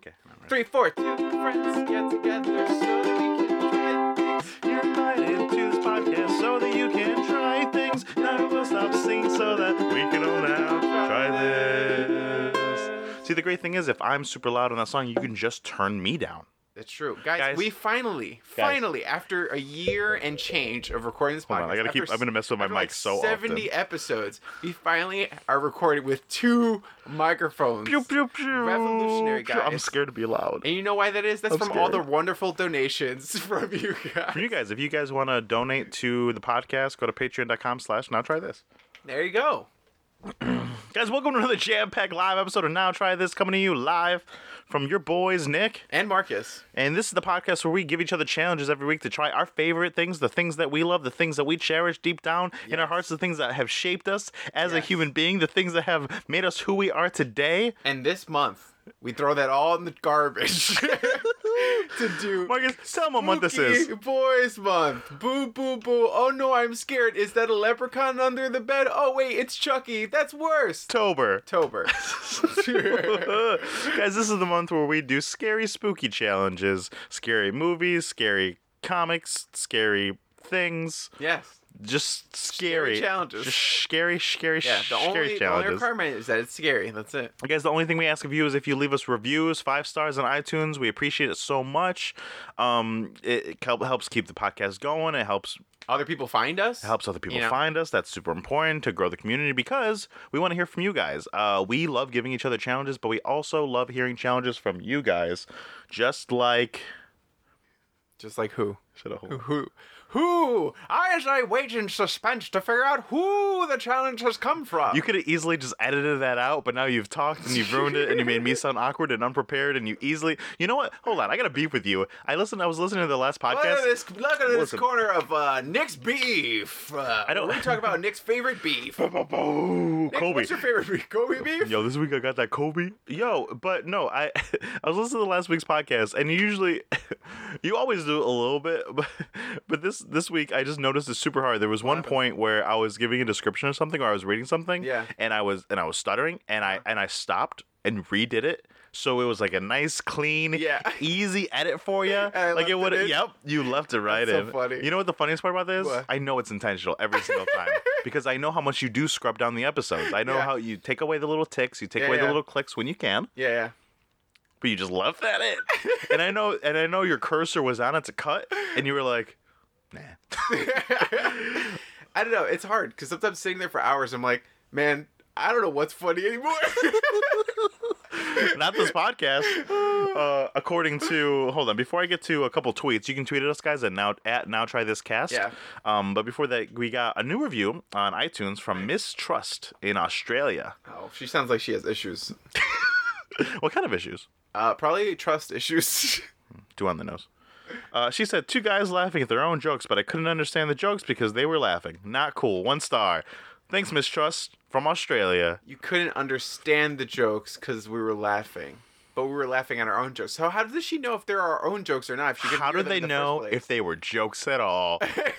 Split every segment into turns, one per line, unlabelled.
Okay. I'm ready.
Three, four, two friends get together so that we can try things.
United Choose podcast so that you can try things. Now we'll stop singing so that we can all now try this. See, the great thing is, if I'm super loud on that song, you can just turn me down.
That's true, guys,
Guys.
We finally,
Guys.
finally, after a year and change of recording this podcast,
Hold on, I gotta keep.
after
I'm gonna mess with my
after
mic
like
so
70 episodes, we finally are recorded with two microphones.
often. Pew, pew, pew.
Revolutionary,
Pew. I'm
guys.
scared to be loud.
And you know why that is? That's
I'm
from all the
scared.
wonderful donations from you guys.
For you guys, if you guys want to donate to the podcast, go to patreon.com/slash. Now try this.
There you go.
Guys, welcome to another Jam Pack Live episode of Now Try This, coming to you live from your boys, Nick.
And Marcus.
And this is the podcast where we give each other challenges every week to try our favorite things, the things that we love, the things that we cherish deep down in our hearts, the things that have shaped us as a
Yes.
human being, the things that have made us who we are today.
And this month, we throw that all in the garbage to do.
Marcus, tell them what month this is.
Spooky Boys Month. Boo, boo, boo. Oh no, I'm scared. Is that a leprechaun under the bed? Oh wait, it's Chucky. That's worse.
October.
October.
Ugh. Guys, this is the month where we do scary, spooky challenges, scary movies, scary comics, scary things,
yes.
just scary,
challenges.
Just scary, scary,
Yeah. The
scary
only, the only
challenges.
requirement is that it's scary. That's it.
Guys, the only thing we ask of you is if you leave us reviews, five stars on iTunes. We appreciate it so much. Um, it, it help- helps keep the podcast going. It helps
Other people find us.
helps other people
You know?
find us. That's super important to grow the community because we want to hear from you guys. Uh, we love giving each other challenges, but we also love hearing challenges from you guys. Just like
Just like who?
Shut up, hold on.
Who? Who? I, as I wait in suspense to figure out who the challenge has come from.
you could have easily just edited that out, but now you've talked and you've ruined it, and you made me sound awkward and unprepared. And you easily, you know what? Hold on, I got a beef with you. I listened. I was listening to the last
Look
podcast.
at this! Look at this
Listen.
corner of uh, Nick's beef. Uh,
I don't-
We talk about Nick's favorite beef. Nick,
Bo- Kobe.
What's your favorite beef? Kobe beef.
Yo, this week I got that Kobe. Yo, but no, I I was listening to last week's podcast, and you usually you always do a little bit, but but this this week I just noticed it's super hard. There was one point where I was giving a description of something, or I was reading something,
Yeah. Uh-huh.
and I was and I was stuttering, and I and I stopped and redid it. So it was like a nice, clean,
Yeah.
easy edit for you.
I
Like
left
it
it
would,
in.
yep, you left it right
That's so
in.
funny.
You know what the funniest part about this?
What?
I know it's intentional every single time because I know how much you do scrub down the episodes. I know
Yeah.
how you take away the little ticks, you take
Yeah,
away the
yeah.
little clicks when you can,
Yeah, yeah.
but you just left that in. and I know, and I know your cursor was on it to cut, and you were like, "Nah."
I don't know. It's hard because sometimes sitting there for hours, I'm like, man, I don't know what's funny anymore.
Not this podcast. Uh, according to hold on, before I get to a couple tweets, you can tweet at us guys at now at now try this cast.
Yeah.
Um, but before that, we got a new review on iTunes from Mistrust in Australia.
oh, she sounds like she has issues.
What kind of issues?
Uh, probably trust issues.
Two on the nose. Uh, she said, two guys laughing at their own jokes, but I couldn't understand the jokes because they were laughing. Not cool. One star. Thanks, Mistrust from Australia.
you couldn't understand the jokes because we were laughing, but we were laughing at our own jokes. So how does she know if they're our own jokes or not? If she could
How do
hear them
they
in the
know
first place?
if they were jokes at all?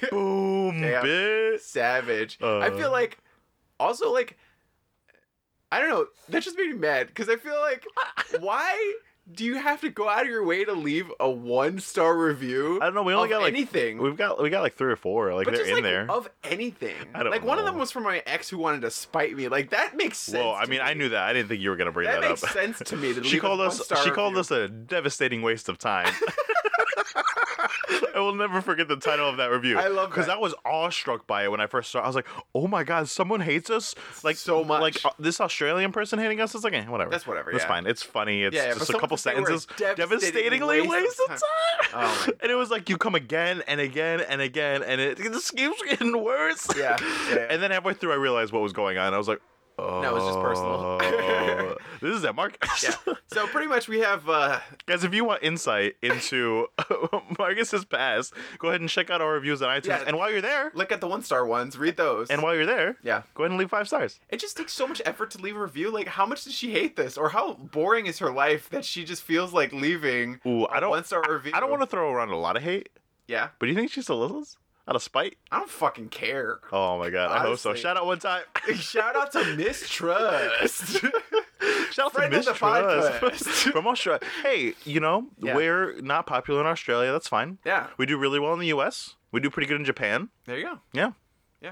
Boom,
Damn.
bitch.
savage. I
Uh.
feel like also like I don't know. That just made me mad because I feel like why do you have to go out of your way to leave a one star review?
I don't know. We only
of
got like
anything.
We've got we got like three or four. Like
but
they're
just
in
like
there.
of anything.
I don't
like one of them
know.
was from my ex who wanted to spite me. Like that makes sense.
Well, I
to
mean,
me.
I knew that. I didn't think you were gonna bring
that
that,
makes
up.
sense to me. To
She
leave a
called us.
one-star
She called
review.
us a devastating waste of time. I will never forget the title of that review.
I love
because
that.
I was awestruck by it when I first saw. it. I was like, "Oh my god, someone hates us like
So much.
Like uh, this Australian person hating us is like, eh, whatever.
That's whatever,
That's
yeah.
fine. It's funny. It's
Yeah, yeah,
just
for
a couple
someone to
sentences.
say we're a devastating
Devastatingly waste
waste
of
of
time.
Oh my
and it was like you come again and again and again, and it, it just keeps getting worse.
Yeah, yeah.
and then halfway through, I realized what was going on. I was like, "Oh,
it was just personal."
this is at Mark.
Yeah. So pretty much we have uh
Guys, if you want insight into Marcus's past, go ahead and check out our reviews on iTunes.
Yeah.
And while you're there,
look at the one star ones, read those.
and while you're there,
yeah.
go ahead and leave five stars.
It just takes so much effort to leave a review. Like, how much does she hate this, or how boring is her life that she just feels like leaving?
Ooh, I don't-
One star review.
I don't want to throw around a lot of hate,
Yeah,
but do you think she still listens out of spite?
I don't fucking care.
Oh my god, I hope so.
Honestly.
Shout out one time.
Shout out to Mistrust.
Shout out to
Friend of
Miss
the
Trust
podcast.
from Australia. Hey, you know
Yeah.
we're not popular in Australia. That's fine.
Yeah.
We do really well in the U.S. We do pretty good in Japan.
There you go.
Yeah.
Yeah.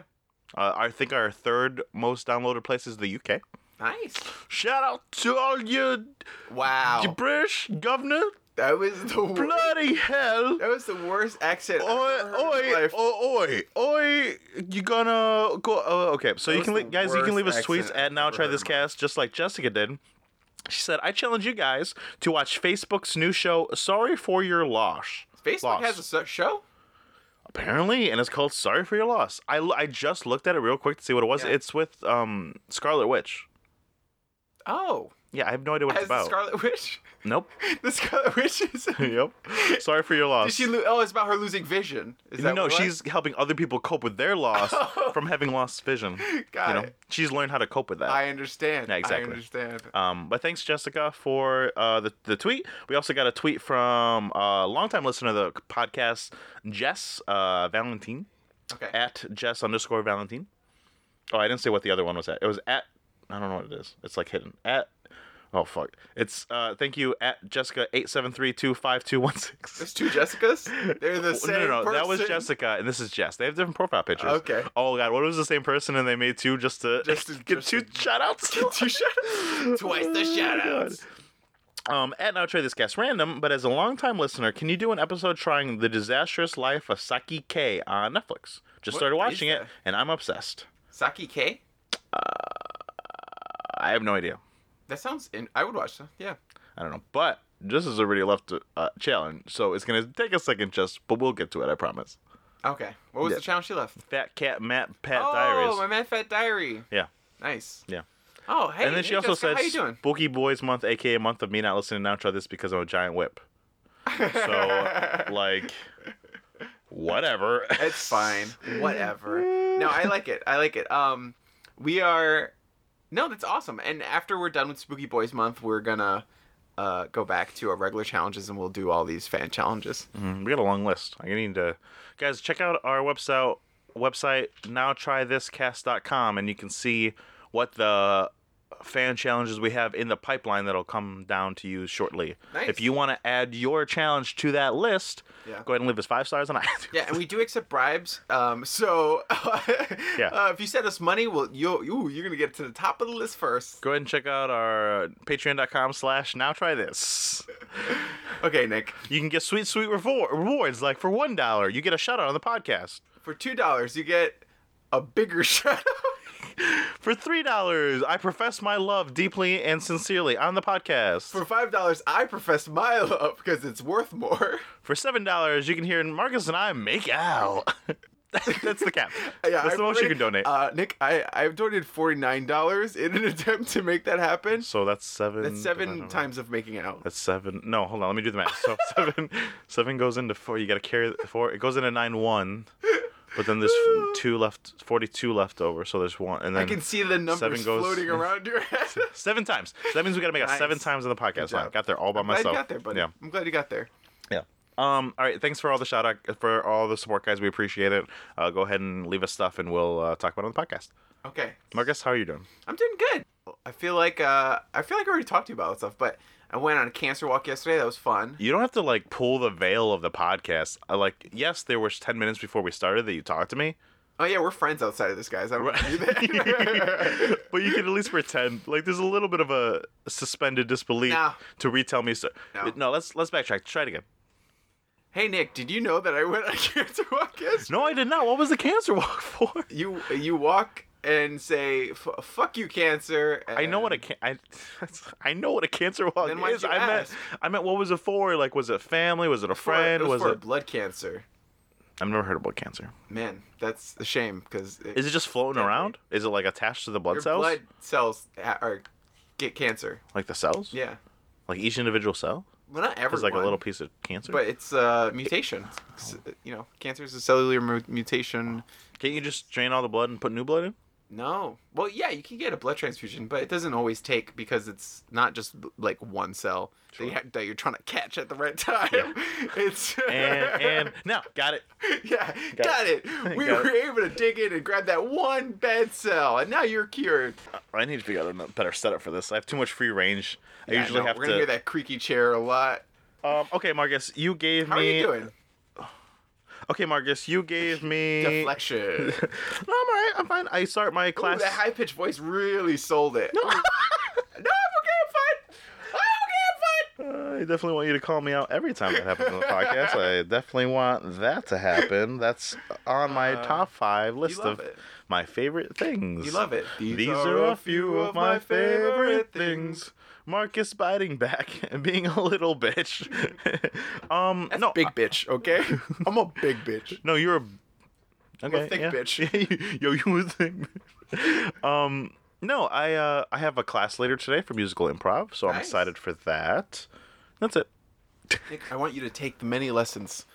Uh, I think our third most downloaded place is the U.K.
Nice.
Shout out to all you, you
Wow.
British governor.
That was the worst.
Bloody hell.
That was the worst accent. I've
Oi,
ever heard in my
oi,
life.
oi, oi, oi, you gonna go, uh, okay, so
That
you
was
can,
the
li- guys, you can
worst
leave us tweets
accent
at
I've
now
ever
try
heard in
this
my
cast, just like Jessica did. She said, I challenge you guys to watch Facebook's new show, Sorry for Your Loss.
Facebook
Loss.
has a so- show.
Apparently, and it's called Sorry for Your Loss. I, l- I just looked at it real quick to see what it was.
Yeah.
It's with, um, Scarlet Witch.
Oh,
Yeah, I have no idea what
has
it's about.
the Scarlet Witch?
nope.
the Scarlet Witch is.
yep. Sorry for Your
Did
Loss.
she? Lo- oh, it's about her losing vision. Is that
no,
what it was?
she's helping other people cope with their loss
Oh.
from having lost vision.
Got
you know,
it.
she's learned how to cope with that.
I understand.
Yeah, exactly.
I understand.
Um, but thanks, Jessica, for uh, the, the tweet. We also got a tweet from a longtime listener of the podcast, Jess uh, Valentine,
Okay.
at Jess underscore Valentine. Oh, I didn't say what the other one was at. It was at, I don't know what it is. It's like hidden. At, oh, fuck. It's, uh, thank you, at Jessica87325216.
There's two Jessicas. They're the same
Oh, no, no, no.
person.
That was Jessica, and this is Jess. They have different profile pictures.
Okay.
Oh god, what was the same person, and they made two just to
Just to-
get
just
two
to-
shout outs.
Two shout- Twice
Oh,
the shoutouts.
Um, at now try this guest random, but as a longtime listener, can you do an episode trying the disastrous life of Saki K on Netflix? Just
What
started
is
watching it,
that?
and I'm obsessed.
Saki K.
I have no idea.
That sounds. In- I would watch that. Yeah.
I don't know, but this is already left to uh, challenge, so it's gonna take a second, just but we'll get to it. I promise.
Okay. What was
Yeah.
the challenge she left?
Fat Cat Matt Pat
oh,
Diaries.
my Mad Fat Diary.
Yeah.
Nice.
Yeah.
Oh, hey.
and then
hey,
she also
Jessica,
said,
"How you doing?"
"Spooky Boys Month, aka month of me not listening to now try this because I'm a giant whip." So, uh, like, whatever.
It's fine. Whatever. No, I like it. I like it. Um, we are. No, that's awesome. And after we're done with Spooky Boys Month, we're gonna uh, go back to our regular challenges, and we'll do all these fan challenges.
Mm, we got a long list. I need to, guys, check out our website website nowtrythiscast.com and you can see what the fan challenges we have in the pipeline that'll come down to you shortly.
Nice.
If you want to add your challenge to that list,
Yeah.
go ahead and leave us five stars on iTunes.
Yeah, and we do accept bribes. Um, so
Yeah.
uh, if you send us money, well, you ooh, you're gonna get to the top of the list first.
Go ahead and check out our uh, patreon.com slash now try this.
Okay, Nick.
You can get sweet, sweet rewar- rewards. Like for $1, you get a shout out on the podcast.
For two dollars, you get a bigger shout out.
For $3, I profess my love deeply and sincerely on the podcast.
For five dollars, I profess my love because it's worth more.
For seven dollars, you can hear Marcus and I make out. That's the cap. That's
I've
the most you
already-
can donate.
Uh, Nick, I I've donated forty nine dollars in an attempt to make that happen.
so that's seven.
That's
divided by-
seven times of making it out.
Mm, That's seven. No, hold on. Let me do the math. So seven, seven goes into four. You got to carry the four. It goes into nine one, but then there's f- two left, forty-two left over. So there's one, and then
I can see the
seven
numbers
goes-
floating around your head.
seven times. So that means we got to make out
Nice.
seven times on the podcast.
job.
Wow, got there all by
Glad you
myself.
got there, buddy.
Yeah.
I'm glad you got there.
Yeah. Um, all right. Thanks for all the shout out for all the support, guys. We appreciate it. Uh, go ahead and leave us stuff, and we'll uh, talk about it on the podcast.
Okay,
Marcus, how are you doing?
I'm doing good. I feel like uh, I feel like I already talked to you about stuff, but I went on a cancer walk yesterday. That was fun.
You don't have to like pull the veil of the podcast. I like yes, there was ten minutes before we started that you talked to me,
Oh yeah, we're friends outside of this, guys. I don't
but
want you there.
you can at least pretend like there's a little bit of a suspended disbelief
Nah.
to retell me. So- no.
No.
let's let's backtrack. Try it again.
hey Nick, did you know that I went on a cancer walk yesterday?
No, I did not. What was the cancer walk for?
You you walk and say F- fuck you cancer.
I know what a
and-
can- I, I know what a cancer walk
Then why'd
is.
you
I meant
ask?
I meant what was it for? Like was it family? Was it a
for-
friend?
it was,
was
for
it?
blood cancer.
I've never heard about cancer.
Man, that's a shame because
Is it just floating
Deadly.
around? Is it like attached to the blood
your
cells?
blood cells ha- are get cancer.
Like the cells?
Yeah,
Like each individual cell?
well not
It's
everyone.
like a little Oh. piece of cancer.
but it's a mutation. It's, uh, you know, cancer is a cellular mu- mutation.
Can't you just drain all the blood and put new blood in?
No. Well, yeah, you can get a blood transfusion, but it doesn't always take because it's not just like one cell that, you
Sure.
have, that you're trying to catch at the right time.
Yeah.
It's
And and now got it.
yeah, got,
Got
it. We
Got
were able to dig in and grab that one bed cell, and now you're cured.
I need to figure out a better setup for this. I have too much free range. I
Yeah,
usually
no,
have
We're gonna hear
to.
that creaky chair a lot.
Um, okay, Marcus, you gave
How are
me.
you doing?
Okay, Marcus, you gave me.
Deflection.
no, I'm alright. I'm fine. I start my
Ooh,
class.
that high pitched voice really sold it.
No.
no, I'm okay. I'm fine. I'm okay.
Uh, I definitely want you to call me out every time that happens on the podcast. I definitely want that to happen. That's on my
Uh,
top five
I'm fine.
list
You love
of
it.
my favorite things.
You love it.
These, are a few of my favorite things. Marcus biting back and being a little bitch. um,
That's
no,
big bitch, okay? I'm a big bitch.
no, you're a
I'm a thick
yeah.
bitch.
Yo, you a thick bitch. Um, no, I uh, I have a class later today for musical improv, so I'm
Nice.
excited for that. That's it.
Nick, I want you to take the many lessons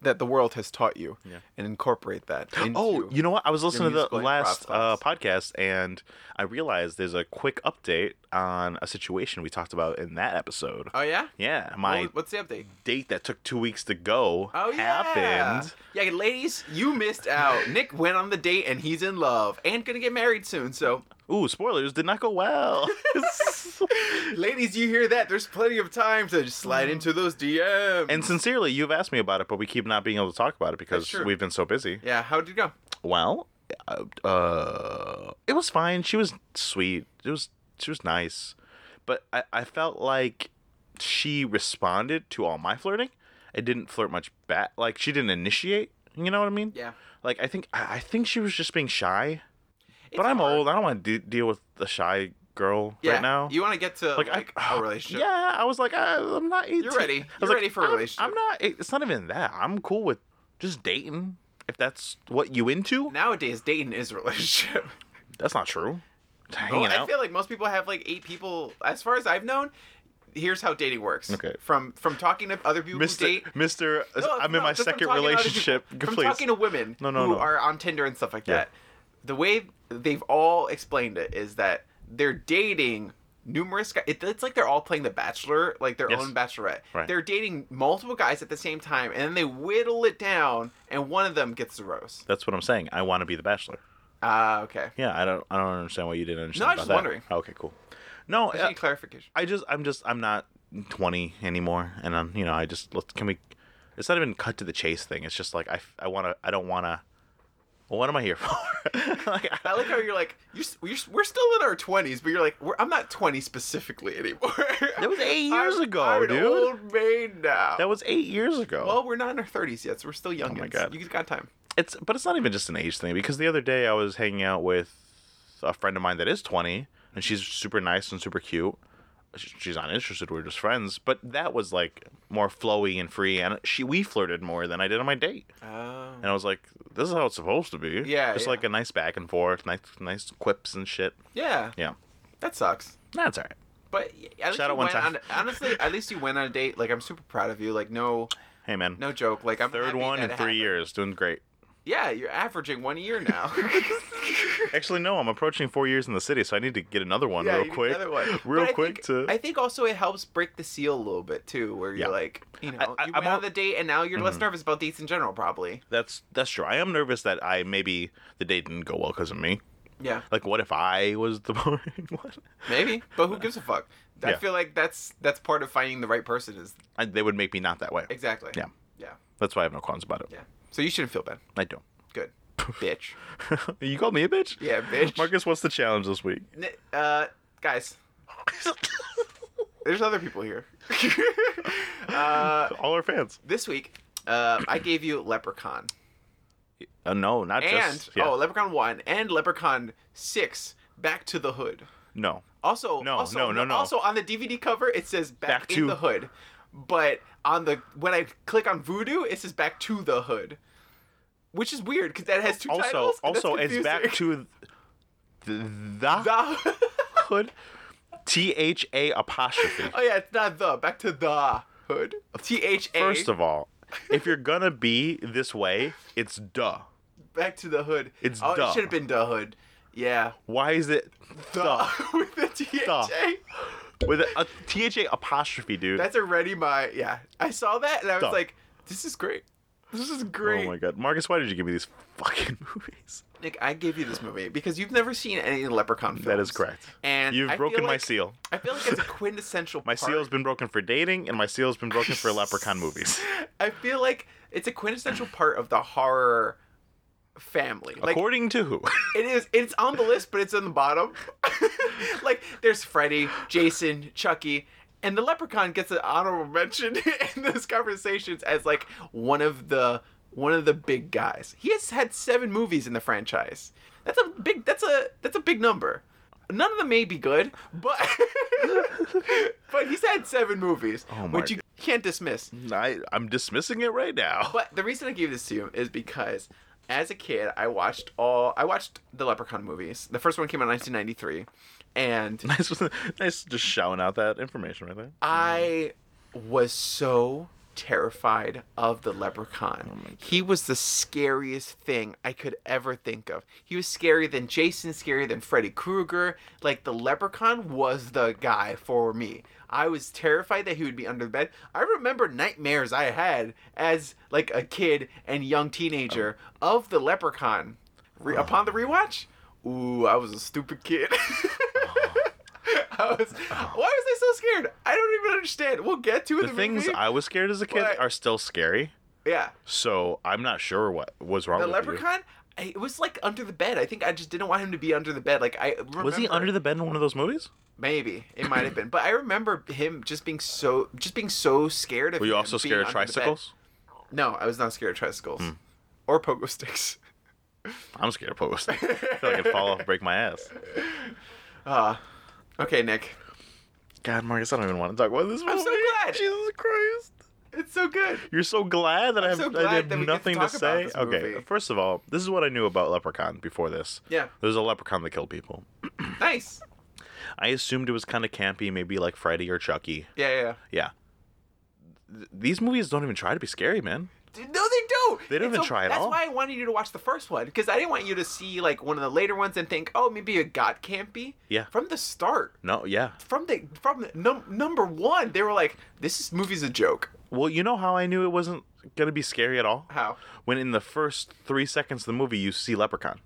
that the world has taught you
Yeah.
and incorporate that. Into
Oh, you know what? I was listening to the
musical improv
last uh,
class.
podcast and I realized there's a quick update on a situation we talked about in that episode.
Oh yeah.
Yeah, my
What- What's the update?
date that took two weeks to go
Oh yeah.
happened.
Yeah, ladies, you missed out. Nick went on the date and he's in love and gonna get married soon. So,
Ooh, spoilers did not go well.
ladies, you hear that? There's plenty of time to just slide into those DMs.
Mm. and sincerely, you've asked me about it, but we keep not being able to talk about it because
true.
we've been so busy.
yeah, how'd you go?
Well, uh, uh, it was fine. She was sweet. It was she was nice, but I, I felt like she responded to all my flirting. I didn't flirt much back. Like she didn't initiate. You know what I mean?
Yeah.
Like I think I I think she was just being shy.
It's
but I'm
hard.
old. I don't want to de- deal with a shy girl
Yeah.
right now.
You want to get to
Like,
like,
I-
a relationship?
yeah, I was like, I, I'm not. 18. I
ready.
was
You're
like,
ready for a
I'm-
relationship.
I'm not. It's not even that. I'm cool with just dating if that's what you into.
Nowadays, dating is a relationship.
That's not true. Hanging
Well, I
out.
feel like most people have like eight people. As far as I've known, here's how dating works.
Okay.
From from talking to other people
Mister,
who date.
Mister, uh,
No,
I'm in
no,
my
just from
second
talking to other
relationship.
people- From
Please.
talking to women
No, no,
who
no.
are on Tinder and stuff like
Yeah.
that, the way they've all explained it is that they're dating numerous guys. It, it's like they're all playing The Bachelor, like their
Yes.
own Bachelorette.
Right.
They're dating multiple guys at the same time, and then they whittle it down, and one of them gets the rose.
That's what I'm saying. I want to be the bachelor.
Ah, okay.
Yeah, I don't. I don't understand why you didn't understand.
I
about
was just
that. Oh,
wondering.
Okay, cool. No,
I just
I,
need clarification.
I just, I'm just, I'm not 20 anymore, and I'm, you know, I just let can we. It's not even cut to the chase thing. It's just like I, I want to, I don't want to. Well, what am I here for? like, I-
I like how you're like you're, s- you're s- we're still in our twenties, but you're like we're, I'm not twenty specifically anymore.
That was eight years
I'm-
ago,
I'm an
dude.
Old maid now.
that was eight years ago.
well, we're not in our thirties yet, so we're still young.
my God.
you got time.
it's but it's not even just an age thing because the other day I was hanging out with a friend of mine that is 20 and she's super nice and super cute. Sh- She's not interested. We're just friends. But that was like more flowy and free, and she we flirted more than I did on my date.
Oh.
And I was like, "This is how it's supposed to be."
Yeah,
just
yeah.
like a nice back and forth, nice nice quips and shit.
Yeah,
Yeah,
that sucks.
that's all right.
But y- at
Shout
least you
out one
went
time.
on- honestly, at least you went on a date. Like I'm super proud of you. Like no,
Hey man,
no joke. Like I'm
third
happy
one in
that
three
it happened.
years, doing great.
Yeah, you're averaging one a year now.
Actually, no, I'm approaching four years in the city, so I need to get another one
Yeah, you
real
need
quick,
another one.
real
But I
quick to.
think- I think also it helps break the seal a little bit too, where
Yeah.
you're like, you know,
I- I'm
you
Mm.
went
al-
on the date and now you're less nervous about dates in general, probably.
That's that's true. I am nervous that I maybe the day didn't go well because of me.
Yeah,
Like, what if I was the boring one?
maybe. But who gives a fuck? I
Yeah.
feel like that's that's part of finding the right person is
I, they would make me not that way.
exactly.
Yeah.
yeah,
That's why I have no qualms about it.
yeah. So you shouldn't feel bad.
I don't.
Good, bitch.
you called me a bitch.
Yeah, bitch.
Marcus, what's the challenge this week?
N- Uh, guys, there's other people here. uh,
All our fans.
this week, uh, I gave you Leprechaun.
Uh, no, not
and
just. Yeah.
oh, Leprechaun one and Leprechaun six. Back to the Hood.
no.
Also,
No,
also,
no, no, no.
Also, on the DVD cover, it says Back,
Back
in
to-
the Hood, but on the when I click on Voodoo, it says Back to the Hood, which is weird because that has two
Also,
titles. and that's
also, it's back
confusing.
to the, the
the.
hood. T H A apostrophe.
oh yeah, it's not the. Back to the Hood. T H A.
First of all, if you're gonna be this way, it's duh.
Back to the Hood.
It's
oh,
duh.
it should have been the Hood. Yeah.
Why is it the
with the THA.
with a, a tha apostrophe, dude?
That's already my yeah. I saw that and I was
The.
like, this is great. This is
oh
great.
my god, Marcus, why did you give me these fucking movies?
Nick, I gave you this movie because you've never seen any Leprechaun films.
That is correct.
And
You've
I feel
broken my
like-
seal.
I feel like it's a quintessential.
My
part.
seal's been broken for dating, and my seal's been broken for leprechaun movies.
I feel like it's a quintessential part of the horror family. Like
According to who?
it is. It's on the list, but it's on the bottom. like there's Freddy, Jason, Chucky, and the Leprechaun gets an honorable mention in those conversations as like one of the one of the big guys. He has had seven movies in the franchise. That's a big. That's a that's a big number. None of them may be good, but but he's had seven movies,
Oh my
which you can't dismiss.
I, I'm dismissing it right now.
But the reason I gave this to you is because as a kid, I watched all I watched the Leprechaun movies. The first one came out in 1993, and
Nice, nice, just shouting out that information right there.
I was so terrified of the Leprechaun. he was the scariest thing I could ever think of. He was scarier than Jason, scarier than Freddy Krueger. Like the Leprechaun was the guy for me. I was terrified that he would be under the bed. I remember nightmares I had as like a kid and young teenager of the Leprechaun. Re- Upon the rewatch, ooh, I was a stupid kid. I was, why was I so scared? I don't even understand. We'll get to it.
The
in
things
movie.
I was scared as a kid
But-
are still scary,
yeah,
so I'm not sure what was wrong
the
with
leprechaun. I- It was like under the bed. I think I just didn't want him to be under the bed. Like I remember,
you. Was he under the bed in one of those movies?
Maybe it might have been, but I remember him just being so just being so scared of.
Were you
him
also
being
scared of
under the bed.
tricycles? Hmm.
No, I was not scared of tricycles or pogo sticks.
I'm scared of pogo sticks. I feel like I'd fall off and break my ass.
Uh, okay, Nick,
God, Marcus, I don't even want to talk about this movie.
I'm so glad.
Jesus Christ.
it's so good.
You're so glad that i have
so
I
glad
have
that we get to
nothing to
talk about
say.
this
Okay,
movie.
first of all, this is what I knew about Leprechaun before this.
Yeah,
There's a leprechaun that killed people.
nice.
I assumed it was kind of campy, maybe like Freddy or Chucky.
Yeah, yeah. yeah.
Yeah. Th- these movies don't even try to be scary, man.
Dude, No, they don't.
They don't
It's
even
so-
try at
that's
all.
why I wanted you to watch the first one because I didn't want you to see like one of the later ones and think, oh, maybe it got campy.
Yeah.
From the start,
No, yeah.
from the from the, num- number one, they were like, this is, movie's a joke.
Well, you know how I knew it wasn't going to be scary at all?
How?
When in the first three seconds of the movie, you see Leprechaun.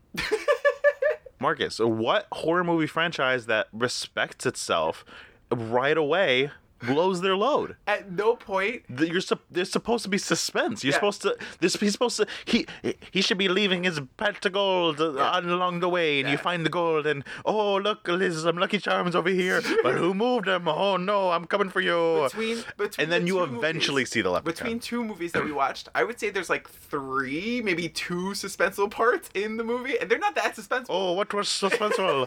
Marcus, what horror movie franchise that respects itself right away blows their load?
At no point.
Th- You're sup- there's supposed to be suspense. You're
Yeah.
supposed to. This he's supposed to. He he should be leaving his pet to gold uh, on along the way, and you
Yeah.
find the gold, and oh look, there's some Lucky Charms over here. but who moved them? Oh no, I'm coming for you.
Between, between
and then
the
you
two
eventually
movies-
see the leprechaun.
between two movies that we watched, I would say there's like three, maybe two suspenseful parts in the movie, and they're not that suspenseful.
Oh, what was suspenseful?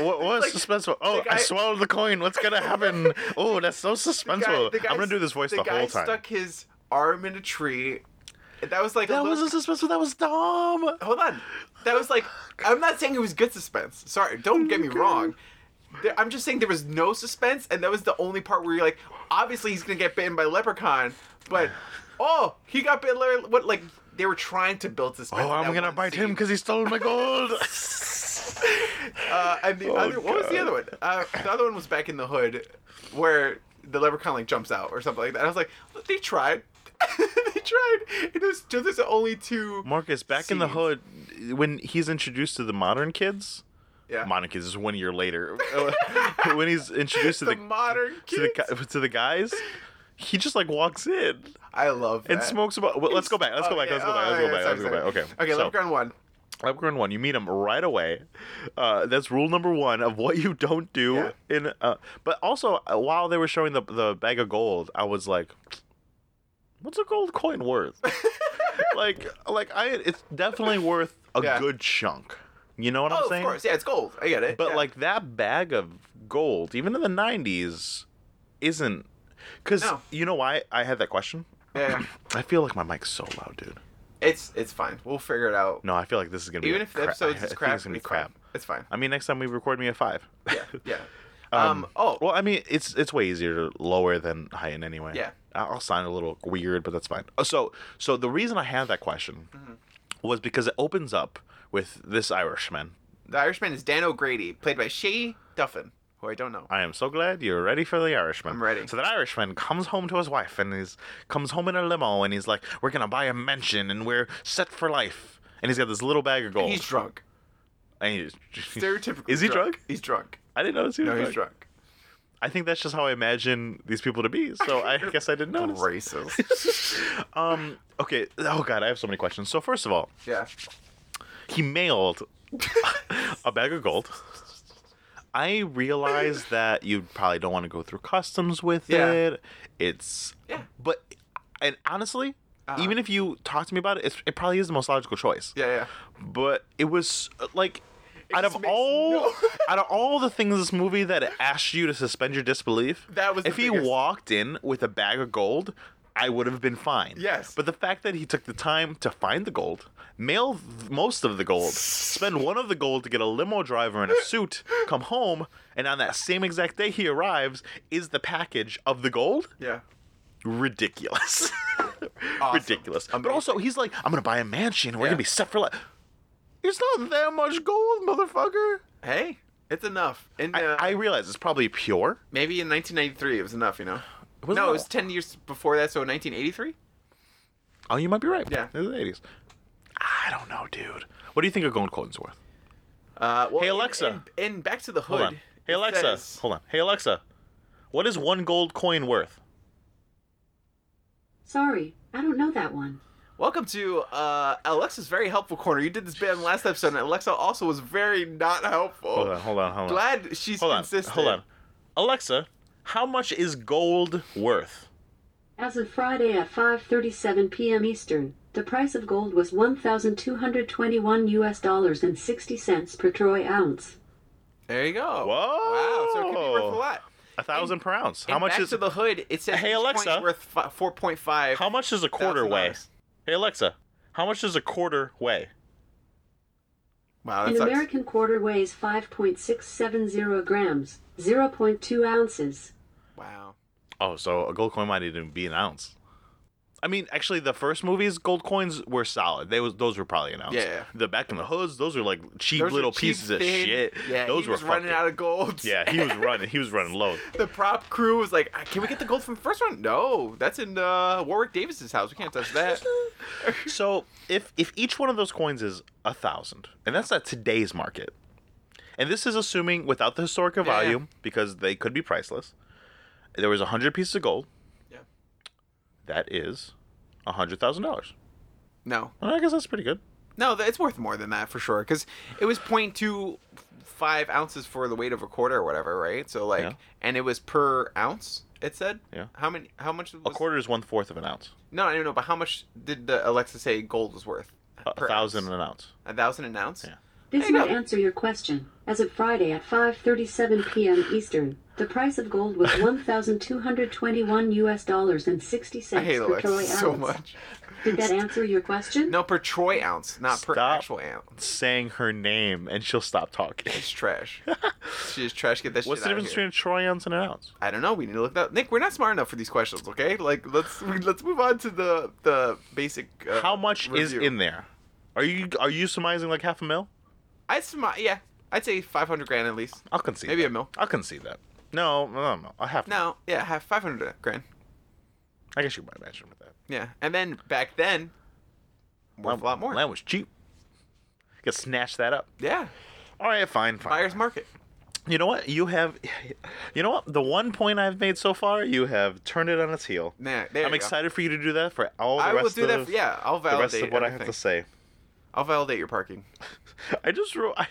what was
Like-
suspenseful? Oh,
like
I,
I-
swallowed the coin. What's gonna happen? oh, that's so
The guy-
suspenseful.
the guy
I'm gonna do this voice the, whole
guy
time.
stuck his arm in a tree. That was like a
that
little-
wasn't suspenseful. That was dumb.
hold on. That was like I'm not saying it was good suspense. Sorry, don't get me wrong. There- I'm just saying there was no suspense, and that was the only part where you're like, obviously he's gonna get bitten by a leprechaun, but oh, he got bitten. by- What like they were trying to build suspense.
Oh,
in
I'm
that
gonna
one
bite him
scene.
because he stole my gold.
Uh, and the
Oh,
other, what was the
God.
other one? Uh, the other one was back in the hood, where the leprechaun like jumps out or something like that. I was like, they tried, they tried. It was just there's only two.
Marcus, back in the
Scenes.
hood, when he's introduced to the modern kids,
yeah,
modern kids is one year later. when he's introduced to
the,
the,
modern
to the
kids.
gu- to the guys, he just like walks in
I love that.
and smokes. About, well, let's go back. Let's go
Oh,
back.
yeah.
Let's go
Oh,
back. Let's
yeah,
go back.
sorry,
Let's go back.
sorry.
Okay.
Okay,
So-
Leprechaun one.
Leprechaun one, you meet him right away. Uh, that's rule number one of what you don't do.
Yeah.
In uh, but also uh, while they were showing the the bag of gold, I was like, "What's a gold coin worth?" like, like I, it's definitely worth a
Yeah.
good chunk. You know what
Oh,
I'm
of
saying?
course. Yeah, it's gold. I get it.
But
Yeah.
like that bag of gold, even in the '90s, isn't because
No.
you know why I had that question.
yeah, yeah.
I feel like my mic's so loud, dude.
it's it's fine. We'll figure it out.
No, I feel like this is gonna be
Even
a
if the
cra-
episodes
I- I
is
think
crap,
It's gonna be
it's
crap.
Fine. It's fine.
I mean, next time we record me a five.
Yeah, yeah. um, Oh,
Well, I mean, it's it's way easier to lower than high end anyway.
Yeah.
I- I'll sound a little weird, but that's fine. Uh, So,
Mm-hmm.
so the reason I had that question was because it opens up with this Irishman
The Irishman is Dan O'Grady, played by Shay Duffin, who I don't know.
I am so glad you're ready for the Irishman.
I'm ready.
So that Irishman comes home to his wife and he's comes home in a limo and he's like, "We're gonna buy a mansion and we're set for life." And he's got this little bag of gold.
He's drunk.
and he's,
Stereotypical.
Is he drunk?
He's drunk.
I didn't notice he was
No, he's
drunk.
drunk.
I think that's just how I imagine these people to be. So I guess I didn't notice.
Racist.
Um. Okay. Oh God, I have so many questions. So first of all,
yeah.
he mailed a bag of gold. I realize that you probably don't want to go through customs with
Yeah.
it. It's
Yeah.
but and honestly,
Uh-huh.
even if you talk to me about it, it's, it probably is the most logical choice.
Yeah, yeah.
But it was uh, like
It
out
just
of
makes
all
no-
out of all the things in this movie that it asked you to suspend your disbelief,
That was the
if he
biggest-
walked in with a bag of gold, I would have been fine.
Yes.
But the fact that he took the time to find the gold, mail th- most of the gold, spend one of the gold to get a limo driver in a suit, come home, and on that same exact day he arrives is the package of the gold
Yeah.
ridiculous. Ridiculous. But
Amazing.
also, he's like, I'm going to buy a mansion. We're going
Yeah.
to be set for life. It's not that much gold, motherfucker.
Hey, it's enough. And
I,
uh,
I realize it's probably pure.
maybe in 1993 it was enough, you know.
was
no,
enough.
it was 10 years before that, so 1983.
Oh, you might be right.
Yeah.
It was the 80s. I don't know, dude. What do you think a gold coin's worth?
Uh, well,
Hey,
in-
Alexa.
In, in Back to the Hood.
Hold on. Hey,
it
Alexa.
says-
Hold on. Hey, Alexa. What is one gold coin worth?
Sorry, I don't know that one.
Welcome to uh, Alexa's very helpful corner. You did this bit in the last episode, and Alexa also was very not helpful.
Hold on, hold on, hold on.
Glad she's
hold on.
Oh, consistent.
Hold on. Alexa, how much is gold worth?
As of Friday at 5:37 p.m. Eastern, the price of gold was 1,221 US dollars and 60 cents per troy ounce.
There you go.
Whoa.
Wow. So it could be worth a lot.
A thousand per ounce. How
In
much
Back
is
to the Hood? It says
Hey,
each coin's
Alexa.
worth fi- 4.5.
How much does a quarter
thousand
weigh?
dollars.
Hey Alexa, how much does a quarter weigh?
Wow, that
An
sucks.
American quarter weighs 5.670 grams, 0.2 ounces.
Wow.
Oh, so a gold coin might even be an ounce. I mean, actually, the first movies, gold coins were solid. They was those were probably an ounce.
Yeah, yeah.
The back in the hoods, those were like cheap
Those were
little
cheap,
pieces of
thin-
shit.
Yeah,
those
he
were
was running
fucking-
out of gold.
Yeah, he was running. He was running low.
the prop crew was like, "Ah, "Can we get the gold from the first one?" No, that's in uh, Warwick Davis's house. We can't touch that.
So if if each one of those coins is a thousand, and that's at today's market, and this is assuming without the historical
Yeah, yeah.
value because they could be priceless, there was a hundred pieces of gold.
Yeah.
That is a hundred thousand dollars.
No,
Well, I guess that's pretty good.
no, th- it's worth more than that for sure. Because it was 0.25 ounces for the weight of a quarter or whatever, right? So like,
Yeah.
and it was per ounce. It said.
Yeah.
How many? How much? Was,
A quarter is one fourth of an ounce.
No, I don't know. But how much did the Alexa say gold was worth?
A
per
thousand
ounce?
an ounce.
A thousand an ounce.
Yeah.
This
Hey, no.
might answer your question. As of Friday at 5:37 p.m. Eastern, the price of gold was 1,221 US dollars and 60
I
cents
hate
per troy
Alexa
ounce.
so much.
Did that answer your question?
No, per troy ounce, not per
Stop
actual ounce.
Saying her name and she'll stop talking.
It's trash. she is trash. Get that
What's the
shit out of
difference
here.
between a troy ounce and an ounce?
I don't know. We need to look that. Nick, we're not smart enough for these questions. Okay, like let's we, let's move on to the the basic. Uh,
How much is
review.
in there? Are you are you surmising like half a mil?
I smi- Yeah, I'd say five hundred grand at least.
I'll concede.
Maybe
that.
a mil.
I'll concede that. No, no, no. I have. No.
No, yeah, half five hundred grand.
I guess you might imagine with that.
Yeah, and then back then, worth
Land-
a lot more.
Land was cheap. You could snatch that up.
Yeah,
All right, fine, fine.
buyer's market.
You know what? You have. You know what? The one point I've made so far, you have turned it on its heel.
Yeah, there you
I'm
go.
excited for you to do that for all the
I will
rest
do that.
of
for- yeah, I'll
the
validate
rest of what I have
everything.
to say.
I'll validate your parking.
I just wrote. I,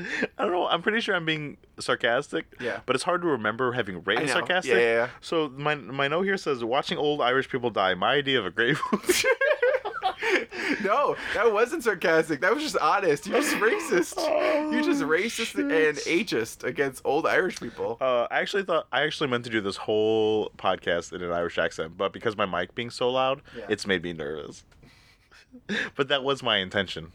I don't know. I'm pretty sure I'm being sarcastic.
Yeah.
But it's hard to remember having
I
written
know.
sarcastic.
Yeah, yeah, yeah.
So my my note here says, "Watching old Irish people die." My idea of a great movie.
no, that wasn't sarcastic. That was just honest. You're just racist.
Oh,
You're just racist
shit.
and ageist against old Irish people.
Uh, I actually thought I actually meant to do this whole podcast in an Irish accent, but because my mic being so loud,
Yeah.
it's made me nervous. but that was my intention.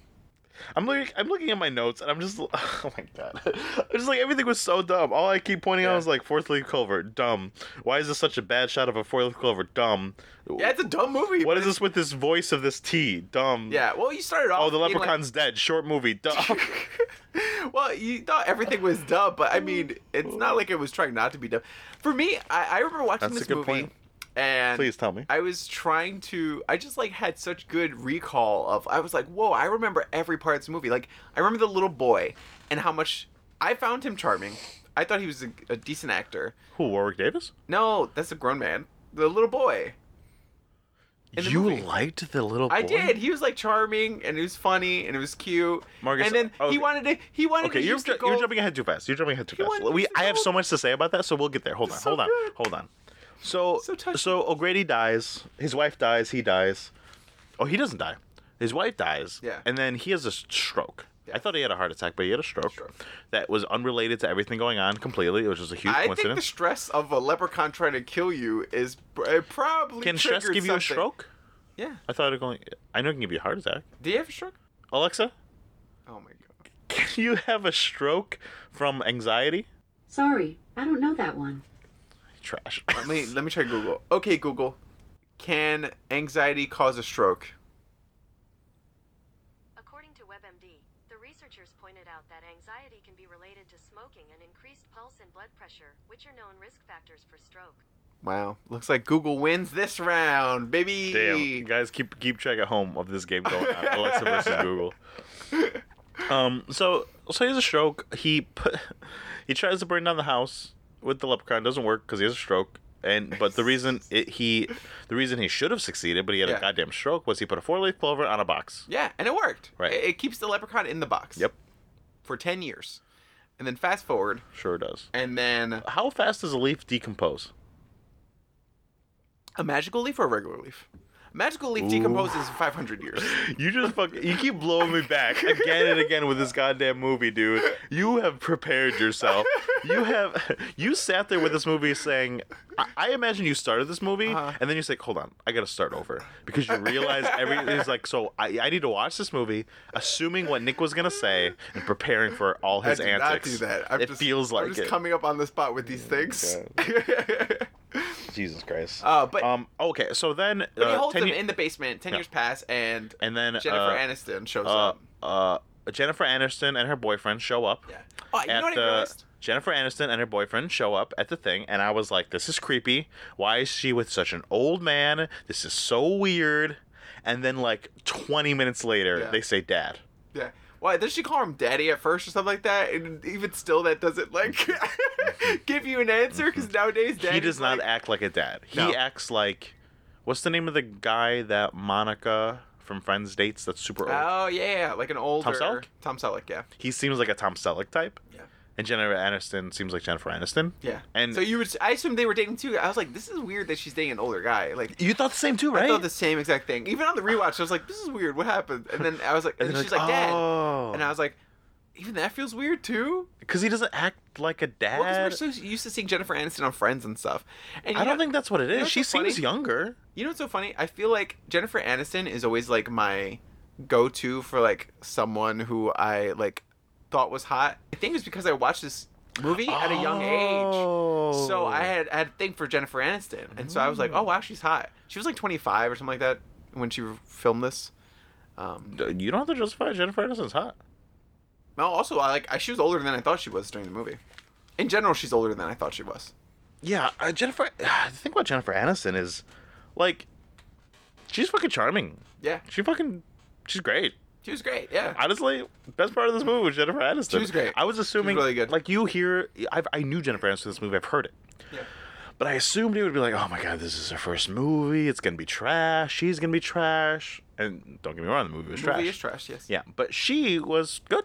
I'm looking. I'm looking at my notes, and I'm just. Oh my god! I'm just like everything was so dumb. All I keep pointing
Yeah.
out is like fourth leaf culvert, dumb. Why is this such a bad shot of a fourth leaf culvert, dumb?
Yeah, it's a dumb movie.
what
but
is this with this voice of this T, dumb?
Yeah, well, you started off.
Oh, the
being like-
leprechaun's dead. Short movie, dumb.
well, you thought everything was dumb, but I mean, it's not like it was trying not to be dumb. For me, I, I remember watching
That's a
this
good
movie,
point.
and
Please tell me.
I was trying to. I just like had such good recall of. I was like, whoa! I remember every part of this movie. Like I remember the little boy and how much I found him charming. I thought he was a, a decent actor.
Who Warwick Davis?
No, that's a grown man. The little boy. In the
You
movie.
liked the little. Boy?
I did. He was like charming and he was funny and it was cute.
Marcus, oh,
and then
okay.
he wanted to. He wanted
Okay,
to
you're,
use the
ju- you're
gold-
jumping ahead too fast. You're jumping ahead too
He
fast.
wanted
We,
to
I have
go-
so much to say about that, so we'll get there. Hold on,
so
hold on,
good.
hold on. So,
So touching.
so O'Grady dies. His wife dies. He dies. Oh, he doesn't die. His wife dies.
Yeah.
And then he has a s- stroke. I
Yeah.
thought he had a heart attack, but he had a stroke,
Stroke.
that was unrelated to everything going on completely. It was just a huge
I think the
coincidence.
stress of a leprechaun trying to kill you is pr- it probably
Can stress
triggered
give you a
something.
stroke?
Yeah.
I thought it only. I know it can give you a heart attack.
Do you have a stroke?
Alexa,
Oh my god.
can you have a stroke from anxiety?
Sorry, I don't know that one.
Trash.
Let me let me try Google. Okay, Google. Can anxiety cause a stroke?
According to WebMD, the researchers pointed out that anxiety can be related to smoking and increased pulse and blood pressure, which are known risk factors for stroke.
Wow. Looks like Google wins this round, baby.
Damn, guys, keep keep track at home of this game going on. Alexa versus Google. Um, so so he has a stroke. He put, he tries to burn down the house with the leprechaun. Doesn't work because he has a stroke. And but the reason it, he the reason he should have succeeded, but he had a
Yeah.
goddamn stroke, was he put a four leaf clover on a box.
Yeah, and it worked.
Right.
It, it keeps the leprechaun in the box.
Yep.
For ten years, and then fast forward,
Sure does.
and then
How fast does a leaf decompose?
a magical leaf or a regular leaf. A magical leaf
Ooh.
decomposes in 500 years.
You just fuck. You keep blowing me back again and again with this goddamn movie, dude. You have prepared yourself. You have. You sat there with this movie saying, "I, I imagine you started this movie,"
Uh-huh.
and then you say, "Hold on, I gotta start over," because you realize everything's like. So I, I need to watch this movie, assuming what Nick was gonna say and preparing for all his
I did
antics.
Not do that. I'm
it
just,
feels like
I'm just
it.
coming up on the spot with these things.
Jesus Christ.
Uh, but-
um. Okay. So then.
but he
uh,
holds
ten
him
ye-
in the basement. Ten years pass, and
and then
Jennifer
uh,
Aniston shows
uh,
up.
uh, Jennifer Aniston and her boyfriend show up.
Yeah. Oh, you know
at
what I
the
realized?
Jennifer Aniston and her boyfriend show up at the thing, and I was like, "This is creepy. Why is she with such an old man? This is so weird." And then, like twenty minutes later,
Yeah.
they say, "Dad."
Yeah. Why does she call him daddy at first or something like that? And even still, that doesn't like give you an answer because nowadays daddy
he does not act like a dad. He
No.
acts like, what's the name of the guy that Monica from Friends dates? That's super old.
Oh yeah, like an older
Selleck?
Tom Selleck, yeah,
he seems like a Tom Selleck type,
yeah,
and Jennifer Aniston seems like Jennifer Aniston.
yeah.
And-
so you would, I assumed they were dating too. I was like, this is weird that she's dating an older guy. Like
You thought the same too, right?
I thought the same exact thing. Even on the rewatch, I was like, "This is weird. What happened?" And then I was like, "And,
then
she's
like,
like, Dad,"
"Oh."
and I was like, "Even that feels weird too."
because he doesn't act like a dad.
Well, 'cause we're so used to seeing Jennifer Aniston on Friends and stuff. And you
I don't
know,
think that's what it is.
know what's
she
so
seems
funny?
younger.
you know what's so funny. I feel like Jennifer Aniston is always like my go-to for like someone who I like thought was hot. I think it's because I watched this movie at a young age. So
Oh.
I had I had a thing for Jennifer Aniston, and so I was like,
Mm.
"Oh wow, she's hot." She was like 25 or something like that when she filmed this. Um,
You don't have to justify it. Jennifer Aniston's hot.
No, also I like I, she was older than I thought she was during the movie. In general, she's older than I thought she was.
Yeah, uh, Jennifer. The thing about Jennifer Aniston is, like, she's fucking charming.
Yeah,
She fucking, she's great.
she was great. Yeah,
Honestly, best part of this movie was Jennifer Aniston.
She was great.
I was
She was
assuming,
really good.
like, you hear, I've, I knew Jennifer Aniston in this movie. I've heard it.
yeah.
But I assumed it would be like, oh my god, this is her first movie. It's gonna be trash. She's gonna be trash. And don't get me wrong, the movie was
Movie
trash.
is trash. Yes.
Yeah, but she was good.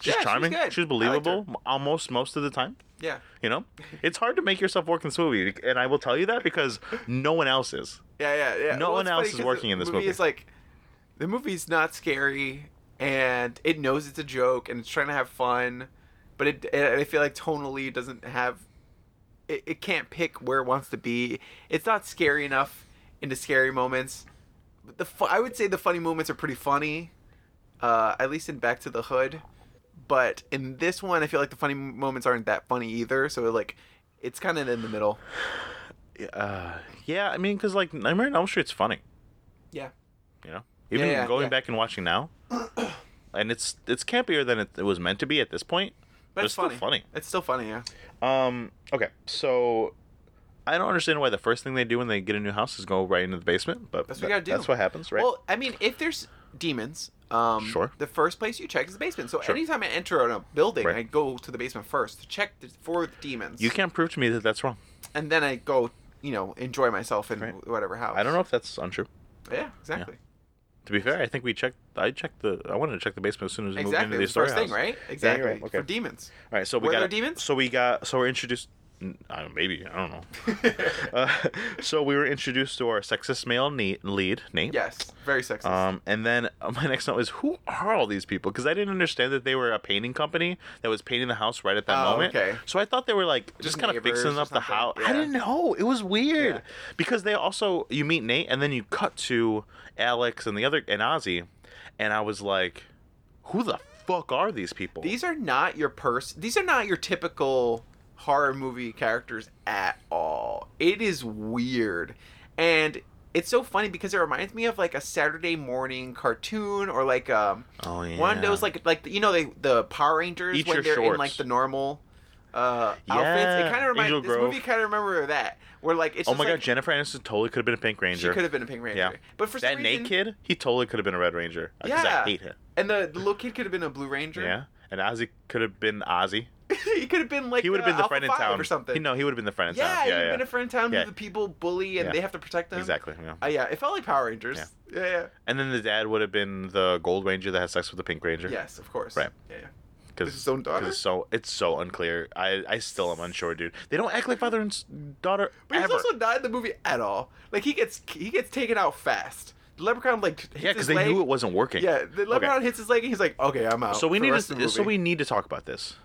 She's
Yeah, she was
charming. She was,
good. I liked her.
believable m- almost most of the time.
Yeah.
You know, it's hard to make yourself work in this movie, and I will tell you that because no one else is.
Yeah. Yeah. yeah.
No one
it's
else
funny
is
'cause the
working in this movie.
Is like the movie's not scary, and it knows it's a joke, and it's trying to have fun, but it, it I feel like tonally it doesn't have. It, it can't pick where it wants to be. It's not scary enough into scary moments. But the fu- I would say the funny moments are pretty funny. uh, at least in Back to the Hood. But in this one, I feel like the funny moments aren't that funny either. So like, it's kind of in the middle.
Uh, yeah, I mean, because like Nightmare on Elm Street's funny.
Yeah.
You know, even
yeah,
going
yeah.
back and watching now, and it's it's campier than it, it was meant to be at this point.
But
But
it's
it's still
funny.
funny.
It's still funny, yeah.
Um. Okay. So I don't understand why the first thing they do when they get a new house is go right into the basement. But
That's
tha-
what you gotta do.
That's what happens, right?
Well, I mean, if there's demons, um,
Sure.
The first place you check is the basement. So
Sure.
anytime I enter a building,
Right.
I go to the basement first to check the, for the demons.
you can't prove to me that that's wrong.
and then I go, you know, enjoy myself in
Right.
whatever house.
I don't know if that's untrue.
Yeah, exactly.
To be fair, I think we checked. I checked the. I wanted to check the basement as soon as we moved
Exactly.
into
It
the
was the
story
first
house.
thing, right? Exactly.
right, okay.
For demons.
All right. So we
Were
got.
there demons?
So we got. So we're introduced. n- I don't, maybe I don't know. uh, so we were introduced to our sexist male ne- lead, Nate.
Yes. Very sexy.
Um, and then uh, my next note is who are all these people? Because I didn't understand that they were a painting company that was painting the house right at that
Oh,
moment.
okay.
So I thought they were like just,
Just
kind of
neighbors
fixing
or
up the
something,
house. I
yeah.
didn't know. It was weird
Yeah.
because they also you meet Nate and then you cut to Alex and the other and Ozzy, and I was like, who the fuck are these people?
these are not your pers. These are not your typical horror movie characters at all. It is weird, and it's so funny because it reminds me of like a Saturday morning cartoon or like um
oh yeah.
one of those like like you know they the Power Rangers
Eat
when
your
they're in
shorts.
like the normal uh outfits.
Yeah,
It kind of reminds
Angel
this
Grove.
movie kind of remember that where like it's
oh
just,
my god,
like,
Jennifer Aniston totally could have been a Pink
she
Ranger.
could have been a Pink Ranger,
Yeah.
but for
that
some
Nate
reason,
kid, he totally could have been a Red Ranger. 'cause
Yeah.
I hate him.
and the, the little kid could have been a Blue Ranger.
Yeah. And Ozzy could have been Ozzy.
he could have been like
he would have
uh,
been the
Alpha
friend in
Five
town
or something.
He, no, he would have been the friend in
yeah,
town.
you've
Yeah, yeah,
been a friend in town
Yeah.
who the people bully and
Yeah.
they have to protect them.
exactly. Yeah.
Uh, yeah, it felt like Power Rangers.
Yeah.
Yeah, yeah.
And then the dad would have been the Gold Ranger that has sex with the Pink Ranger.
Yes, of course.
Right.
Yeah, yeah. With
because
his own daughter.
it's so it's so unclear. I I still am unsure, dude. They don't act like father and s- daughter
But he's
ever.
also not in the movie at all. Like he gets he gets taken out fast. The leprechaun like hits
yeah,
his
because they
leg.
knew it wasn't working.
Yeah, the leprechaun hits his leg and he's like, okay, I'm out.
So we
Uh, for the
need
rest of the
to so
movie."
we need to talk about this.